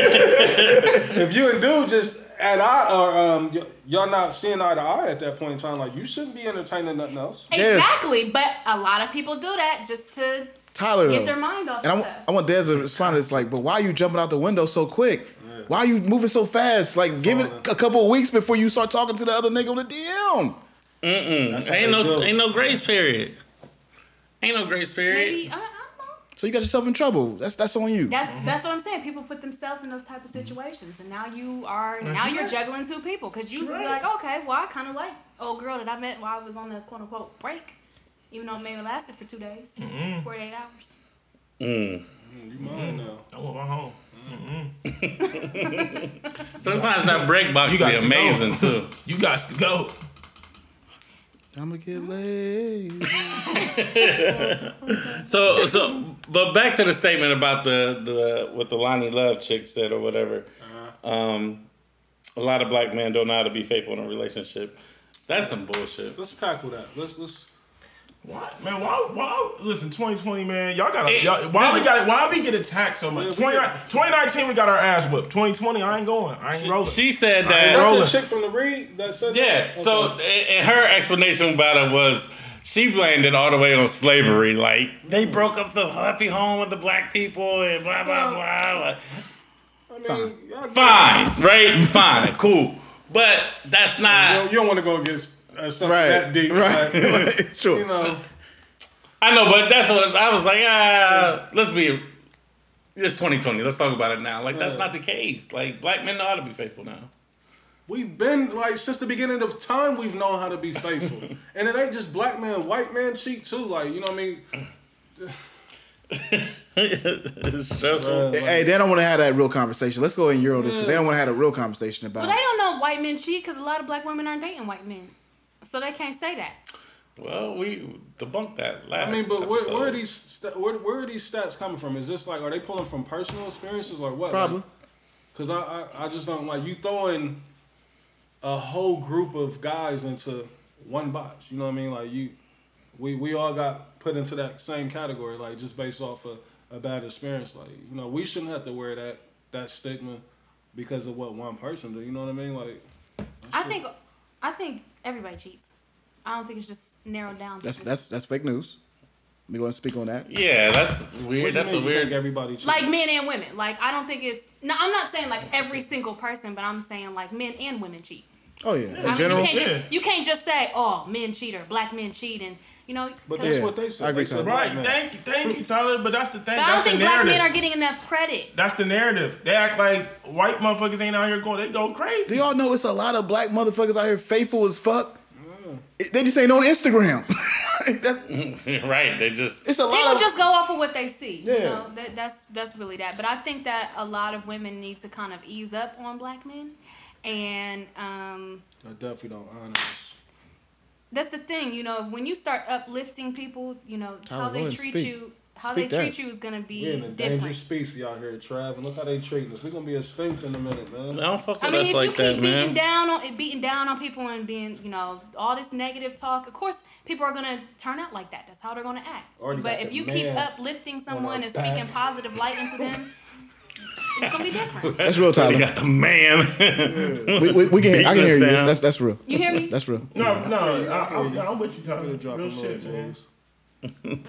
if you and dude just at eye or um y- y'all not seeing eye to eye at that point in time, like you shouldn't be entertaining nothing else.
Yes.
Exactly, but a lot of people do that just to
Tyler.
get
though.
their mind off.
And I,
of
want-
stuff.
I want Dez to respond to this, like, but why are you jumping out the window so quick? Why are you moving so fast? Like, give it a couple of weeks before you start talking to the other nigga on the DM.
Mm. Ain't
That's
no,
good.
ain't no grace period. Ain't no grace period.
Maybe I, I don't know.
So you got yourself in trouble. That's that's on you.
That's that's what I'm saying. People put themselves in those type of situations, and now you are Mm-hmm. now you're juggling two people because you you're like, okay, well, I kind of like old girl that I met while I was on the quote unquote break, even though it maybe lasted for two days, 48 hours.
You mind now.
I want my home.
Sometimes that break box
You
be
got to
amazing too.
You got to go.
I'm gonna get laid.
So, so, but back to the statement about the the what the Lonnie Love chick said or whatever. Um, a lot of black men don't know how to be faithful in a relationship. That's some bullshit.
Let's tackle that. Let's let's.
Why, man? Why? Why? Listen, 2020, man. Y'all got.
Hey,
y'all Why
this
we
is-
got? Why we get attacked so much? 20, 2019, we got our ass whipped. 2020, I ain't going. I ain't rolling.
She said
ain't
that.
That
Roland.
the chick from the read that said
Yeah.
that?
So,
Okay.
a- and her explanation about it was she blamed it all the way on slavery. Like they broke up the happy home with the black people and blah blah blah. blah.
I mean, y'all-
Fine, right? Fine, cool. But that's
You
not.
don't, you don't want to go against uh, something
Right.
that
(laughs)
deep,
Right.
like,
sure.
you know,
I know, but that's what I was like. Ah, let's be. It's 2020. Let's talk about it now. Like that's not the case. Like black men know how to be faithful now. (laughs)
we've been like since the beginning of time, we've known how to be faithful,
(laughs)
and it ain't just black man, white man cheat too. Like you know what I mean?
it's stressful.
Hey, they don't want to have that real conversation. Let's go and euro this because they don't want to have a real conversation about
But
it.
they don't know white men cheat because a lot of black women aren't dating white men, so they can't say that.
Well, we debunked that last.
I mean, but where,
episode.
where are these sta- where, where are these stats coming from? Is this like are they pulling from personal experiences or what?
Probably.
Because I, I I just don't like you throwing a whole group of guys into one box. You know what I mean? Like you, we we all got put into that same category. Like just based off of a bad experience. Like you know we shouldn't have to wear that that stigma because of what one person did. You know what I mean? Like
I think, I think everybody cheats. I don't think it's just narrowed down. To
That's
this.
that's that's fake news. Let me go and speak on that.
Yeah, that's weird. That's a
you think
weird.
everybody cheat?
like men and women. Like I don't think it's. No, I'm not saying like every single person, but I'm saying like men and women cheat.
Oh yeah, in
I mean,
general.
you can't
yeah.
just you can't just say oh men cheat or black men cheat and you know.
but
'cause-
that's
Yeah,
what they said.
I agree,
They said
Tyler.
Right.
black man.
Thank you. Thank you, Tyler. But that's the thing.
but I
That's
don't
the
think black
narrative.
men are getting enough credit.
that's the narrative. They act like white motherfuckers ain't out here going. They go
Do
crazy.
y'all know it's a lot of black motherfuckers out here faithful as fuck? It- They just ain't on Instagram. (laughs)
(laughs)
That-
right. They just.
it's a lot
People
of
just go off of what they see. You
Yeah.
know, that, that's that's really that. But I think that a lot of women need to kind of ease up on black men, and um,
I definitely don't honor this.
that's the thing. You know, when you start uplifting people, you know
Tyler,
how
go
they
ahead and
treat
speak.
you, how
Speak
they
that.
treat you is gonna be
We're in a dangerous
different.
species out here, Trav, and look how they treating us. We're gonna be extinct in a minute, man.
I don't fuck with
I mean,
us
if
like
you keep
that, man.
beating down on beating down on people and being, you know, all this negative talk, of course, people are gonna turn out like that. That's how they're gonna act.
Already
but
got
if
the
you keep
man
uplifting someone
our
and speaking
back.
positive light into them, it's gonna
(laughs)
be different.
that's real,
They
Tyler.
got the
(laughs)
man.
We, we, we can hear, I can
Beating
hear
us
you. That's,
down.
that's that's real.
You hear me?
That's real.
No, no. I, I,
Yeah.
I'm with you, Tyler.
We're dropping
Real shit,
little
man.
boys.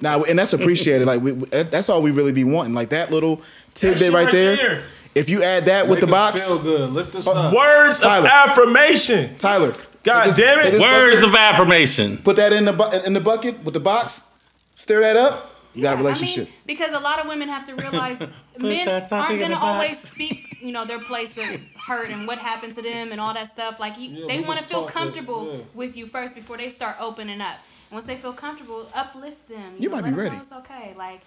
Now, and that's appreciated. Like we, we- that- that's all we really be wanting. Like that little tidbit
shit
right
right
there.
there.
If you add that with
Make
the
us
box,
Feel good. Lift us up.
Words
Tyler.
of
(laughs)
affirmation.
Tyler.
God
take this-
damn it.
take this
Words
bucket,
of affirmation.
Put that in the bu- in the bucket with the box. Stir that up. You got a
Yeah, I mean,
relationship.
because a lot of women have to realize men
that
aren't
topic in
gonna
the box.
always speak, you know, their place of hurt and what happened to them and all that stuff. Like you,
Yeah,
they
we
want to
just
feel
talked that-
comfortable
yeah.
with you first before they start opening up. And once they feel comfortable, uplift them.
You
know,
might
let
be
them
ready.
know It's okay. Like.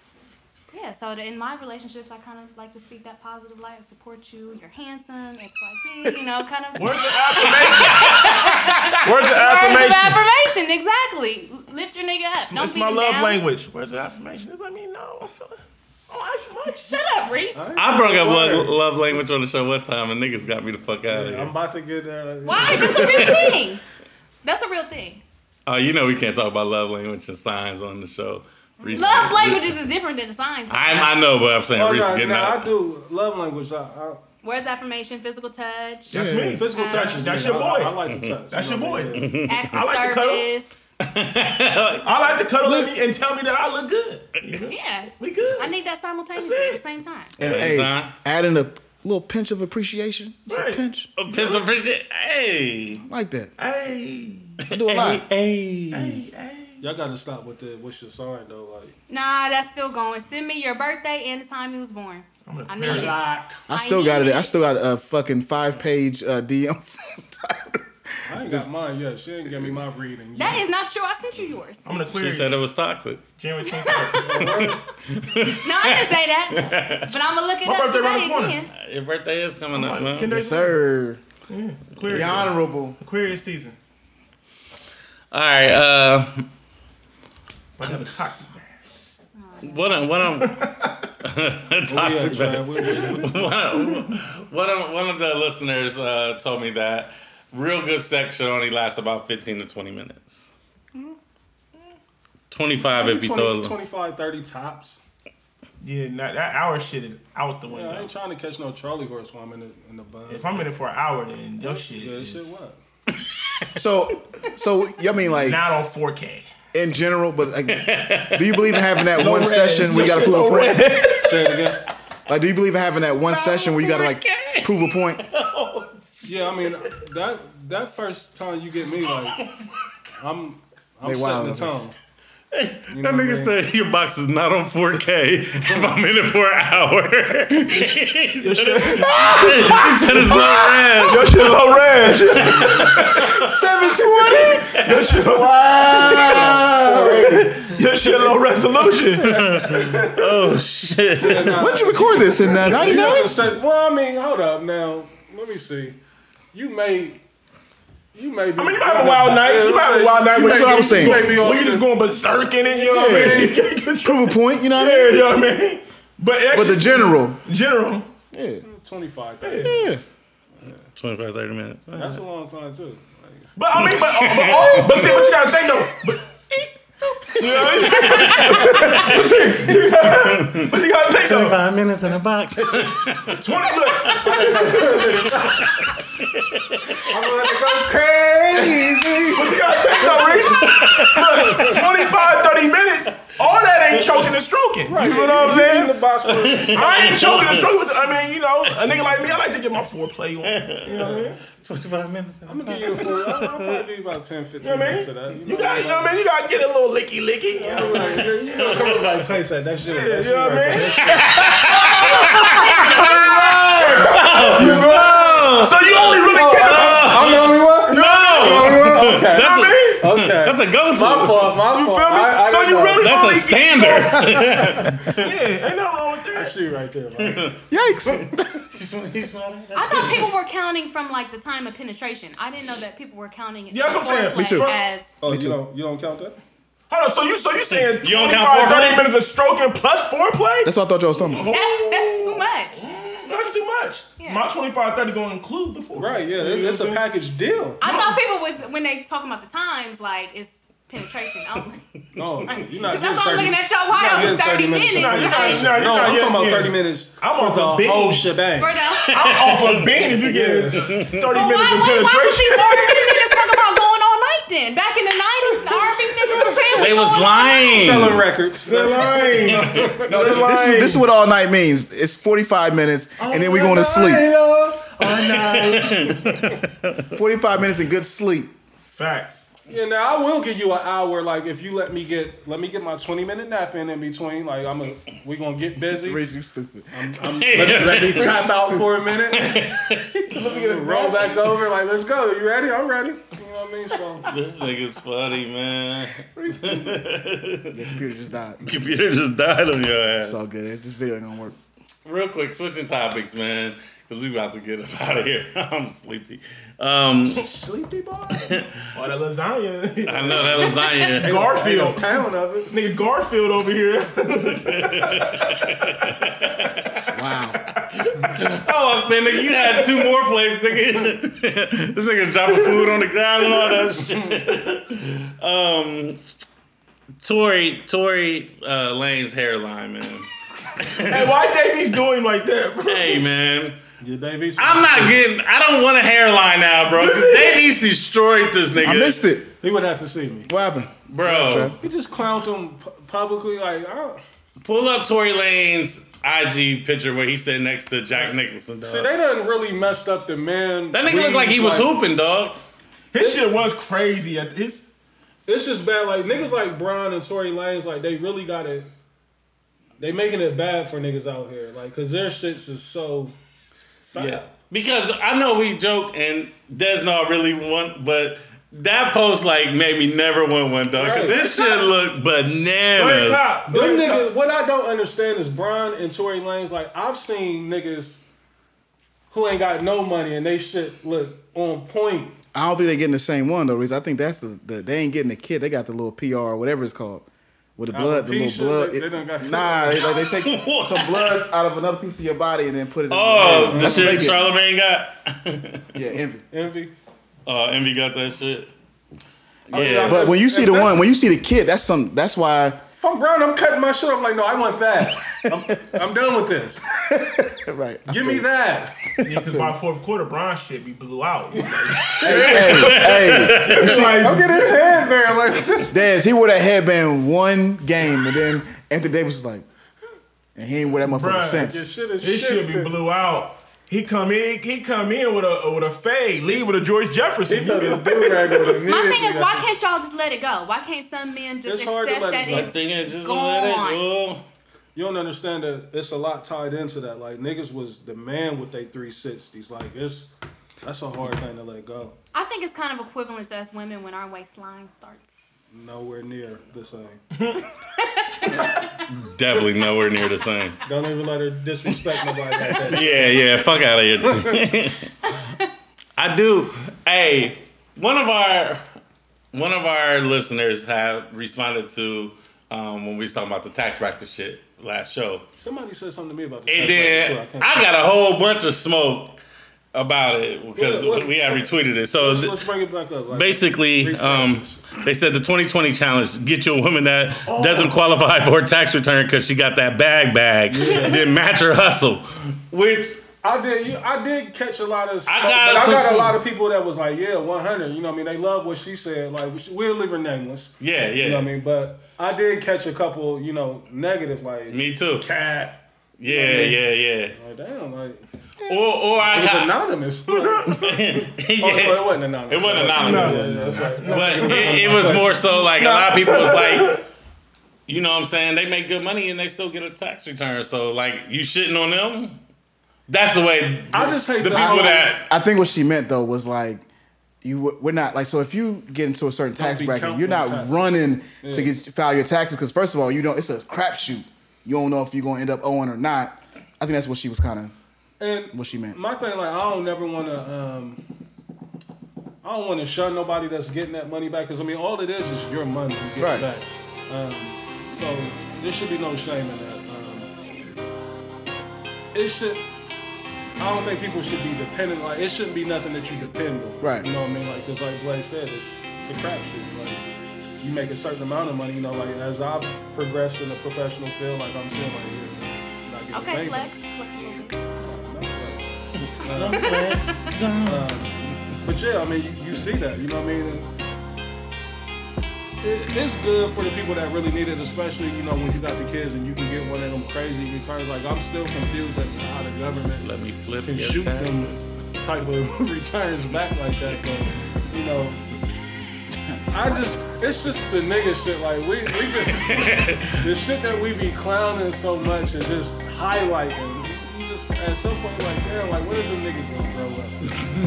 Yeah, so that in my relationships, I kind of like to speak that positive light, support you, you're handsome, X, Y, Z, you know, kind of
Words of affirmation. Words of
Words of
affirmation.
affirmation, exactly. Lift your nigga up. Don't
It's
beat
my
him
love
down.
language. Words of affirmation. It's like me. No, I'm feeling. Oh, I much.
Shut up, Reese.
I broke up love, love language on the show one time, and niggas got me the fuck out of
I'm
here.
about to get. Uh,
Why? That's a real thing. That's a real thing.
Oh, you know we can't talk about love language and signs on the show. Reese-
Love languages is different than the signs.
I, I know, but I'm saying
Oh,
Reese
no,
getting
no,
out.
I do love language. I, I,
Words, affirmation, physical touch,
That's me.
physical touch is
That's
me.
your
I- I,
boy.
I like to touch.
That's
you
your
know what I mean?
boy.
acts of
(laughs) I like to cuddle.
service.
(laughs) I like to cuddle with me and tell me that I look good.
Yeah.
We good.
I need that simultaneously
That's it.
at the same time.
And
Thanks,
hey,
Zion.
adding a little pinch of appreciation. Just
Right.
a pinch.
A pencil appreciate. Hey,
Like that.
Hey,
I do a lot.
hey, hey.
Y'all gotta stop with the what's your sign though. Like
Nah, that's still going. Send me your birthday and the time you was born. I need it.
I still got it. I still got a fucking five page uh, DM. from Tyler.
I ain't got mine yet. She ain't give me my reading. yet.
That is not true. I sent you yours.
I'm gonna clear
She
you.
said it was toxic. (laughs)
January 23rd.
No, I didn't say
(laughs)
that. But I'm gonna look it
My
up
birthday around
today
the corner.
again.
Your birthday is coming
Oh,
up, man.
(laughs)
Ten
Yes,
days.
sir.
Aquarius.
The honorable.
Aquarius season.
All right. Uh,
Another toxic man.
what I'm, what
(laughs)
I'm (laughs)
Yeah,
toxic.
John, we- we- we-
one, of, one, of, one of the listeners uh, told me that real good sex should only last about 15 to 20 minutes.
Hmm.
25 if you throw
20,
it.
25, 30 tops.
Yeah, nah, that hour shit is out the
Yeah, I
window.
ain't trying to catch no Charlie horse while I'm in the, in the bun.
if I'm in it for an hour, then your shit
yeah,
is
shit, what?
So, so I mean, like
not on 4K.
in general, but like, do you believe in having that one
res.
session where you got to prove a point?
Say it again.
Like, do you believe in having that one session where you got to like prove a point?
Yeah, I mean that that first time you get me like I'm I'm
They
setting the
wild
tone. You
That
know what I
nigga
mean?
said your box is not on 4K if I'm in it for an hour. (laughs) he said it's- he said it's low res.
Your shit low res.
Seven twenty.
Your shit, your shit low resolution.
(laughs) Oh shit.
When did you record this in uh,
You have to
'99?
set- well, I mean, hold up now. Let me see. You may you may be
I mean, you might have a wild night. You might have a wild night. when
That's
you
what I'm
just
saying.
going- When you just going berserk in it, you know what I mean? You can't control-
Prove a point. You know what I
Yeah,
mean?
you know what I mean? But
But the
actually,
general,
general,
yeah,
25.
yeah.
25, 30 minutes.
That's a long time too.
But I mean, but uh, but, (laughs) all, but see what you gotta take though. But, you know what I mean? but you gotta take though.
minutes in a (laughs) box.
Twenty. Look,
I'm gonna go crazy.
but you gotta take though, Reese. Look, 25, 30 minutes. All that ain't choking and stroking. You know what I'm
In
saying?
the box for
I ain't choking and stroking. With the, I mean, you know, a nigga like me, I like to get my foreplay on. You know what I mean?
25 minutes. in a
I'm gonna give you a full. I'll, I'll probably be about 10,
You
15
know what I
minutes
mean?
of that.
You got, you know what I mean? You gotta get a little licky licky. You know what I mean?
Like, yeah, you gonna come up like taste that. That's your.
You
That's
know what I mean? (laughs) So you only really get about
I'm the only one.
No!
Okay.
Oh, That's a,
me.
Okay.
that's a go-to.
my fault. My
You
fault.
feel me?
Oh,
I, I
so
didn't
you
know.
really only
That's a
get,
standard.
yeah, ain't nothing wrong with that.
That's you right there. man.
Yikes!
I thought people were counting from like the time of penetration. I didn't know that people were counting it.
Yeah, that's what I'm saying.
foreplay
Me too.
As (laughs)
Oh, you don't, you don't count that?
Hold on, so you so you saying
You don't
25,
count foreplay?
30 minutes of stroking plus foreplay?
That's what I thought y'all was talking about.
that, that's too much.
That's not too much.
Yeah.
My 25, 30 gonna include the foreplay.
Right, yeah,
You know
it- it's
what
a
I'm
package deal.
I thought people was when they talking about the times like it's penetration only.
No, (laughs) you're
Because
not getting 30.
that's why I'm looking at y'all wild 30
getting
minutes.
of
Nah, you not-
Like,
nah, you
No,
not
I'm
getting-
talking about
yeah.
30 minutes
I'm
for
off a
the
beat.
whole shebang.
For the
I'm (laughs) off a bean if you get 30
Well,
minutes
why,
of
why, why was
penetration.
these R&B niggas talking about going all night then? Back in the 90s, the R&B niggas was saying we
They was
(laughs) going all
lying.
Selling records.
(laughs)
No, this, this, is, this is what all night means. It's 45 minutes,
Oh,
and then we going to sleep. Forty-five minutes and good sleep.
Facts.
Yeah, now I will give you an hour. Like if you let me get, let me get my 20 minute nap in in between. Like I'm gonna, we gonna get busy. Let
you stupid.
me, let me tap out for a minute. let me get a roll back over. Like let's go. You ready? I'm ready. You know what I mean? So
This nigga's funny, man.
Computer just died.
Computer just died on your ass.
It's all good. This video ain't gonna work.
Real quick, switching topics, man, because we about to get up out of here. (laughs) I'm sleepy. Um,
sleepy boy.
Or the lasagna.
I know that lasagna.
(laughs)
A
Garfield.
pound of it.
Nigga Garfield over here.
Wow.
Oh, man, nigga, you had two more plays, nigga. (laughs) this nigga's dropping food on the ground and all that shit. Um, Tory, Tory uh, Lane's hairline, man.
(laughs)
(laughs)
hey, why Davies doing him like that, bro?
Hey, man.
Yeah, Davies.
I'm not getting. I don't want a hairline now, bro. 'cause Davies destroyed this nigga,
I missed it.
He would have to see me.
What happened?
bro.
He just clowned him pu- publicly. Like I don't.
Pull up Tory Lane's IG picture where he's sitting next to Jack Nicholson. Dog.
See, they done really messed up the man.
That nigga looked like he was hooping, dog.
His shit was crazy. At his,
It's just bad. Like niggas like Brown and Tory Lanez, like they really got it. They making it bad for niggas out here, like, cause their shits is so. Fat. Yeah.
Because I know we joke and Des not really want, but that post like made me never want one, dog. Because
Right.
this shit looked
Great
bananas.
cop.
Them
Great cop.
niggas. What I don't understand is Brown and Tory Lanez. Like I've seen niggas who ain't got no money and they shit look on point.
I don't think they're getting the same one though. Reese. I think that's the, the they ain't getting the kid. They got the little PR or whatever it's called. With the blood, the
Alopecia?
little blood.
They- they done got two.
nah, they, like, they
(laughs)
take some blood out of another piece of your body and then put it. in
Oh, the
the what they
shit
get.
Charlemagne got. (laughs)
Yeah, envy.
Envy.
Uh, Envy got that shit. Yeah,
But when you see
If
the
that's-
one, when you see the kid, that's some. That's why.
If I'm brown, I'm cutting my shit. I'm like, no, I want that. I'm, I'm done with this.
Right.
Give me that.
Because by fourth quarter, Brian shit be blew out.
hey, hey,
(laughs)
you see,
Look at his hand there. Like, (laughs)
Dez, he wore that headband one game, and then Anthony Davis was like, and he ain't wear that motherfucker
Bruh,
your
since.
shit is
This shit be
shifted.
blew out. He come in, he come in with a with a fade, leave with a George Jefferson. You be-
My thing is, why can't y'all just let it go? Why can't some men just
It's hard to
accept
let
that
it go.
my
it's
thing is just
gone?
let it go.
You don't understand that it's a lot tied into that. Like niggas was the man with they three sixties. Like it's that's a hard thing to let go.
I think it's kind of equivalent to us women when our waistline starts.
Nowhere near the same.
Definitely nowhere near the same.
Don't even let her disrespect nobody like
(laughs)
that.
Yeah, yeah, fuck out of here. (laughs) I do. Hey, one of our one of our listeners have responded to um, when we was talking about the tax bracket shit last show,
Somebody said something to me about the
and
tax
then
bracket, too. I
I
can't-
got a whole bunch of smoke about it because
What- what-
we had retweeted it. So
Let's bring it back up. Like,
basically,
refresh
um,
us.
they said the 2020 challenge get you a woman that doesn't qualify for a tax return because she got that bag bag, then match her hustle, which.
I did. You, I did catch a lot of.
I
I
got
got, but I
some-
got
some-
a lot of people that was like, "Yeah, 100." You know, what I mean, they love what she said. Like, we- we'll leave her nameless.
Yeah, yeah.
You know what I mean? But I did catch a couple. You know, negative like
Me too.
cat.
Yeah, yeah, yeah.
Like, damn, like
Or, or I
it
(laughs)
was
got.
anonymous. (laughs) Like,
yeah.
oh, no, it wasn't anonymous.
It wasn't
Like,
anonymous.
yeah, yeah, that's right.
But it, it was more so like a lot of people was
(laughs)
like, you know what I'm saying? They make good money and they still get a tax return. So, like, you shitting on them? That's the way
I just hate
the
the
people
whole-
that.
I think what she meant though was like, you we're not like so if you get into a certain tax
be
bracket,
counting
you're not
tax.
running to get file your taxes because first of all, you don't. It's a crapshoot. You don't know if you're gonna end up owing or not. I think that's what she was kind of
And
what she meant.
my thing, like, I don't never want to. Um, I don't want to shun nobody that's getting that money back because I mean, all it is is your money you get
Right.
it back. Um, so there should be no shame in that. Um, it should. I don't think people should be dependent. Like, it shouldn't be nothing that you depend on.
Right.
You know what I mean? Like, because like Blake said, it's it's a crapshoot. Like, you make a certain amount of money. You know, like as I've progressed in the professional field, like I'm seeing like. yeah, I'm not getting
Okay,
paid back.
flex, flex a little bit.
But yeah, I mean, you, you see that, you know what I mean? It, it's good for the people that really need it, especially, you know, when you got the kids and you can get one of them crazy returns. Like, I'm still confused as to how the government
Let me flip
can
your
shoot
taxes.
them type of (laughs) returns back like that, but, you know. I just, it's just the nigga shit. Like we,
(laughs)
we just the shit that we be clowning so much and just highlighting. You just at some point like, damn, like when is a nigga gonna grow
(laughs)
up? (laughs)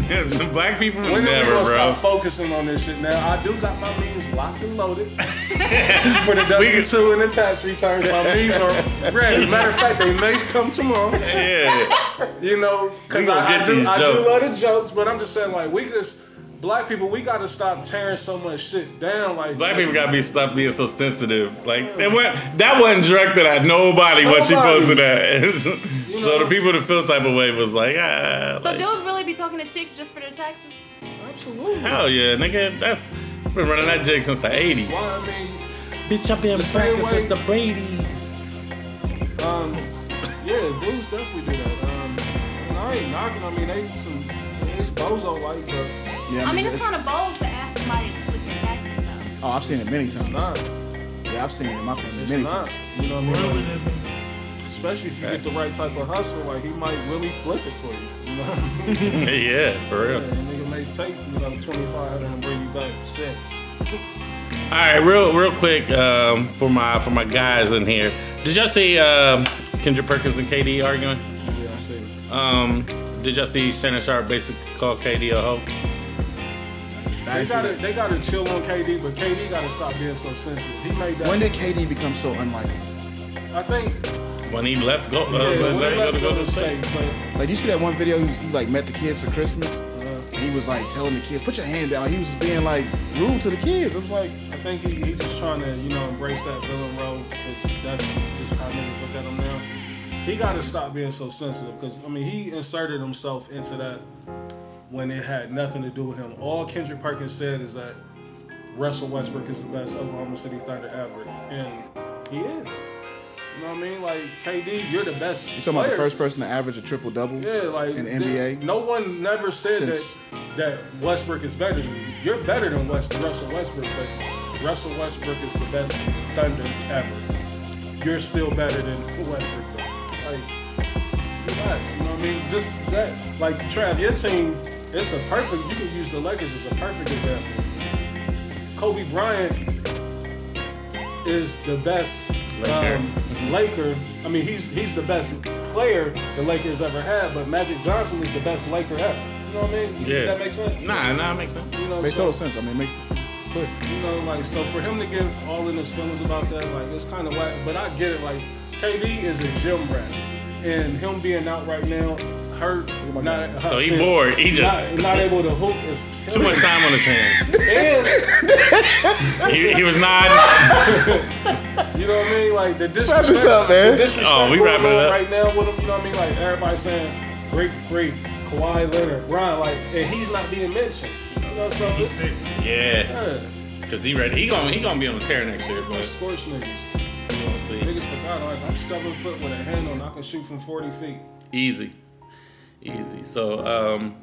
the black people
When are we
never,
gonna
bro.
stop focusing on this shit now? I do got my memes locked and loaded
(laughs)
for the W two and the tax returns. My memes are ready.
(laughs)
Matter of fact, they may come tomorrow.
Yeah.
You know,
We
because
gonna
I,
get
I do
these
I do
jokes.
love the jokes, but I'm just saying like we just black people we gotta stop tearing so much shit down. Like
Black people gotta be stop being so sensitive. Like it went, that wasn't directed at nobody, when she
Nobody.
posted that. (laughs) so the people that feel type of way was like, ah.
So
like,
dudes really be talking to chicks just for their taxes?
absolutely. Well,
Hell yeah, nigga. That's I've been running that jig since the '80s.
I mean,
Bitch, I've been
The same practicing way- since the
Brady's.
Um, yeah, dudes definitely do that. Um, and I ain't knocking. I mean, they some it's bozo like, but
Yeah,
I mean, it's
it's-
kind of bold to ask somebody to flip their taxes, though.
Oh, I've seen it many
it's
times.
not.
Yeah, I've seen it in my family
It's
many
not.
times.
You know what I mean? Especially if you get the right type of hustle, like he might really flip it for you. You know what I mean?
(laughs) yeah, for
Yeah, a
real.
nigga may take you know 25 and bring you back six.
All right, real real quick um, for my for my guys in here. Did y'all see um, Kendra Perkins and KD arguing?
Yeah, I see.
Um, did y'all see Shannon Sharp basically call KD a hoe?
I
They
didn't see
gotta,
that.
they gotta chill on KD, but KD gotta stop being so sensitive. He made that.
When did KD become so unlikable?
I think
When he left, go, uh,
yeah,
when
when
he
he left
go to
Golden
Golden State.
State, but
Like you see that one video he, he like met the kids for Christmas. And he he was like telling the kids, put your hand down. Like, he was being like rude to the kids. It was like,
I think he, he just trying to, you know, embrace that villain role because that's just how niggas look at him now. He got to stop being so sensitive because, I mean, he inserted himself into that when it had nothing to do with him. All Kendrick Perkins said is that Russell Westbrook is the best Oklahoma City Thunder ever, and he is. You know what I mean? Like, KD, you're the best.
you talking about the first person to average a triple double
Yeah, like
in the
there-
NBA?
No one never said
Since-
that that Westbrook is better than you. You're better than West, Russell Westbrook, but Russell Westbrook is the best Thunder ever. You're still better than Westbrook. Though. Like, relax. You know what I mean? Just that. Like, Trav, your team, it's a perfect. You can use the Lakers as a perfect example. Kobe Bryant is the best
Mm-hmm.
um, Laker. I mean, he's he's the best player the Lakers ever had, but Magic Johnson is the best Laker ever. You know what I mean?
Yeah.
That makes sense.
Nah, nah, makes sense.
You know,
Makes
so,
total sense. I mean, it makes it's clear.
you know, like so for him to get all in his feelings about that, like it's kind of whack. But I get it. Like KD is a gym rat, and him being out right now, hurt,
Oh my
not
So he
shit,
bored. He just
not, not able to hoop is
too much time on his hands.
And
He, he was not.
You know what I mean? Like the disrespect.
this up, man.
The disrespect
Oh, we
going
wrapping it
on
up.
right now with him. You know what I mean? Like everybody saying, great freak, Kawhi Leonard, Brian. Like, and he's not being mentioned. You know what I'm saying?
Yeah,
Yeah,
cause he ready. He gonna he gonna be on the tear next year, but
scorch niggas.
we gonna see.
Niggas forgot. Like, I'm seven foot with a handle, and I can shoot from 40 feet.
Easy, easy. So um,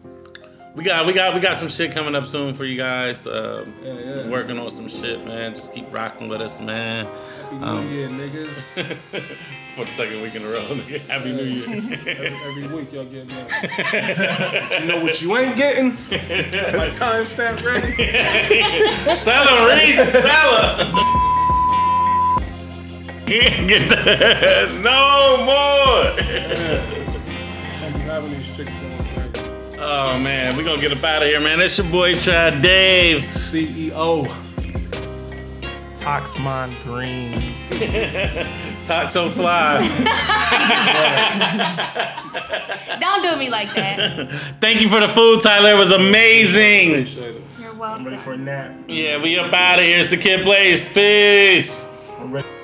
we got we got we got some shit coming up soon for you guys. Um,
Yeah, yeah.
Working on some shit, man. Just keep rocking with us, man.
Happy New
Um.
Year, niggas.
for the second week in a row. (laughs) nigga. Happy New Year. (laughs)
every, every week y'all get me. But (laughs) you know what you ain't getting? (laughs) My timestamp ready. (laughs)
Tell him, Reese. Tell him. (laughs) Can't get this no more.
You having these chicks going crazy.
Oh man, we gonna get up out of here, man. It's your boy Chad Dave.
CEO.
Toxmon Green.
Toxo Fly.
Don't do me like that.
Thank you for the food, Tyler. It was amazing.
Appreciate it.
You're
I'm ready
welcome.
for a nap.
Yeah, we up out of here. It's the kid place. Peace.
I'm ready.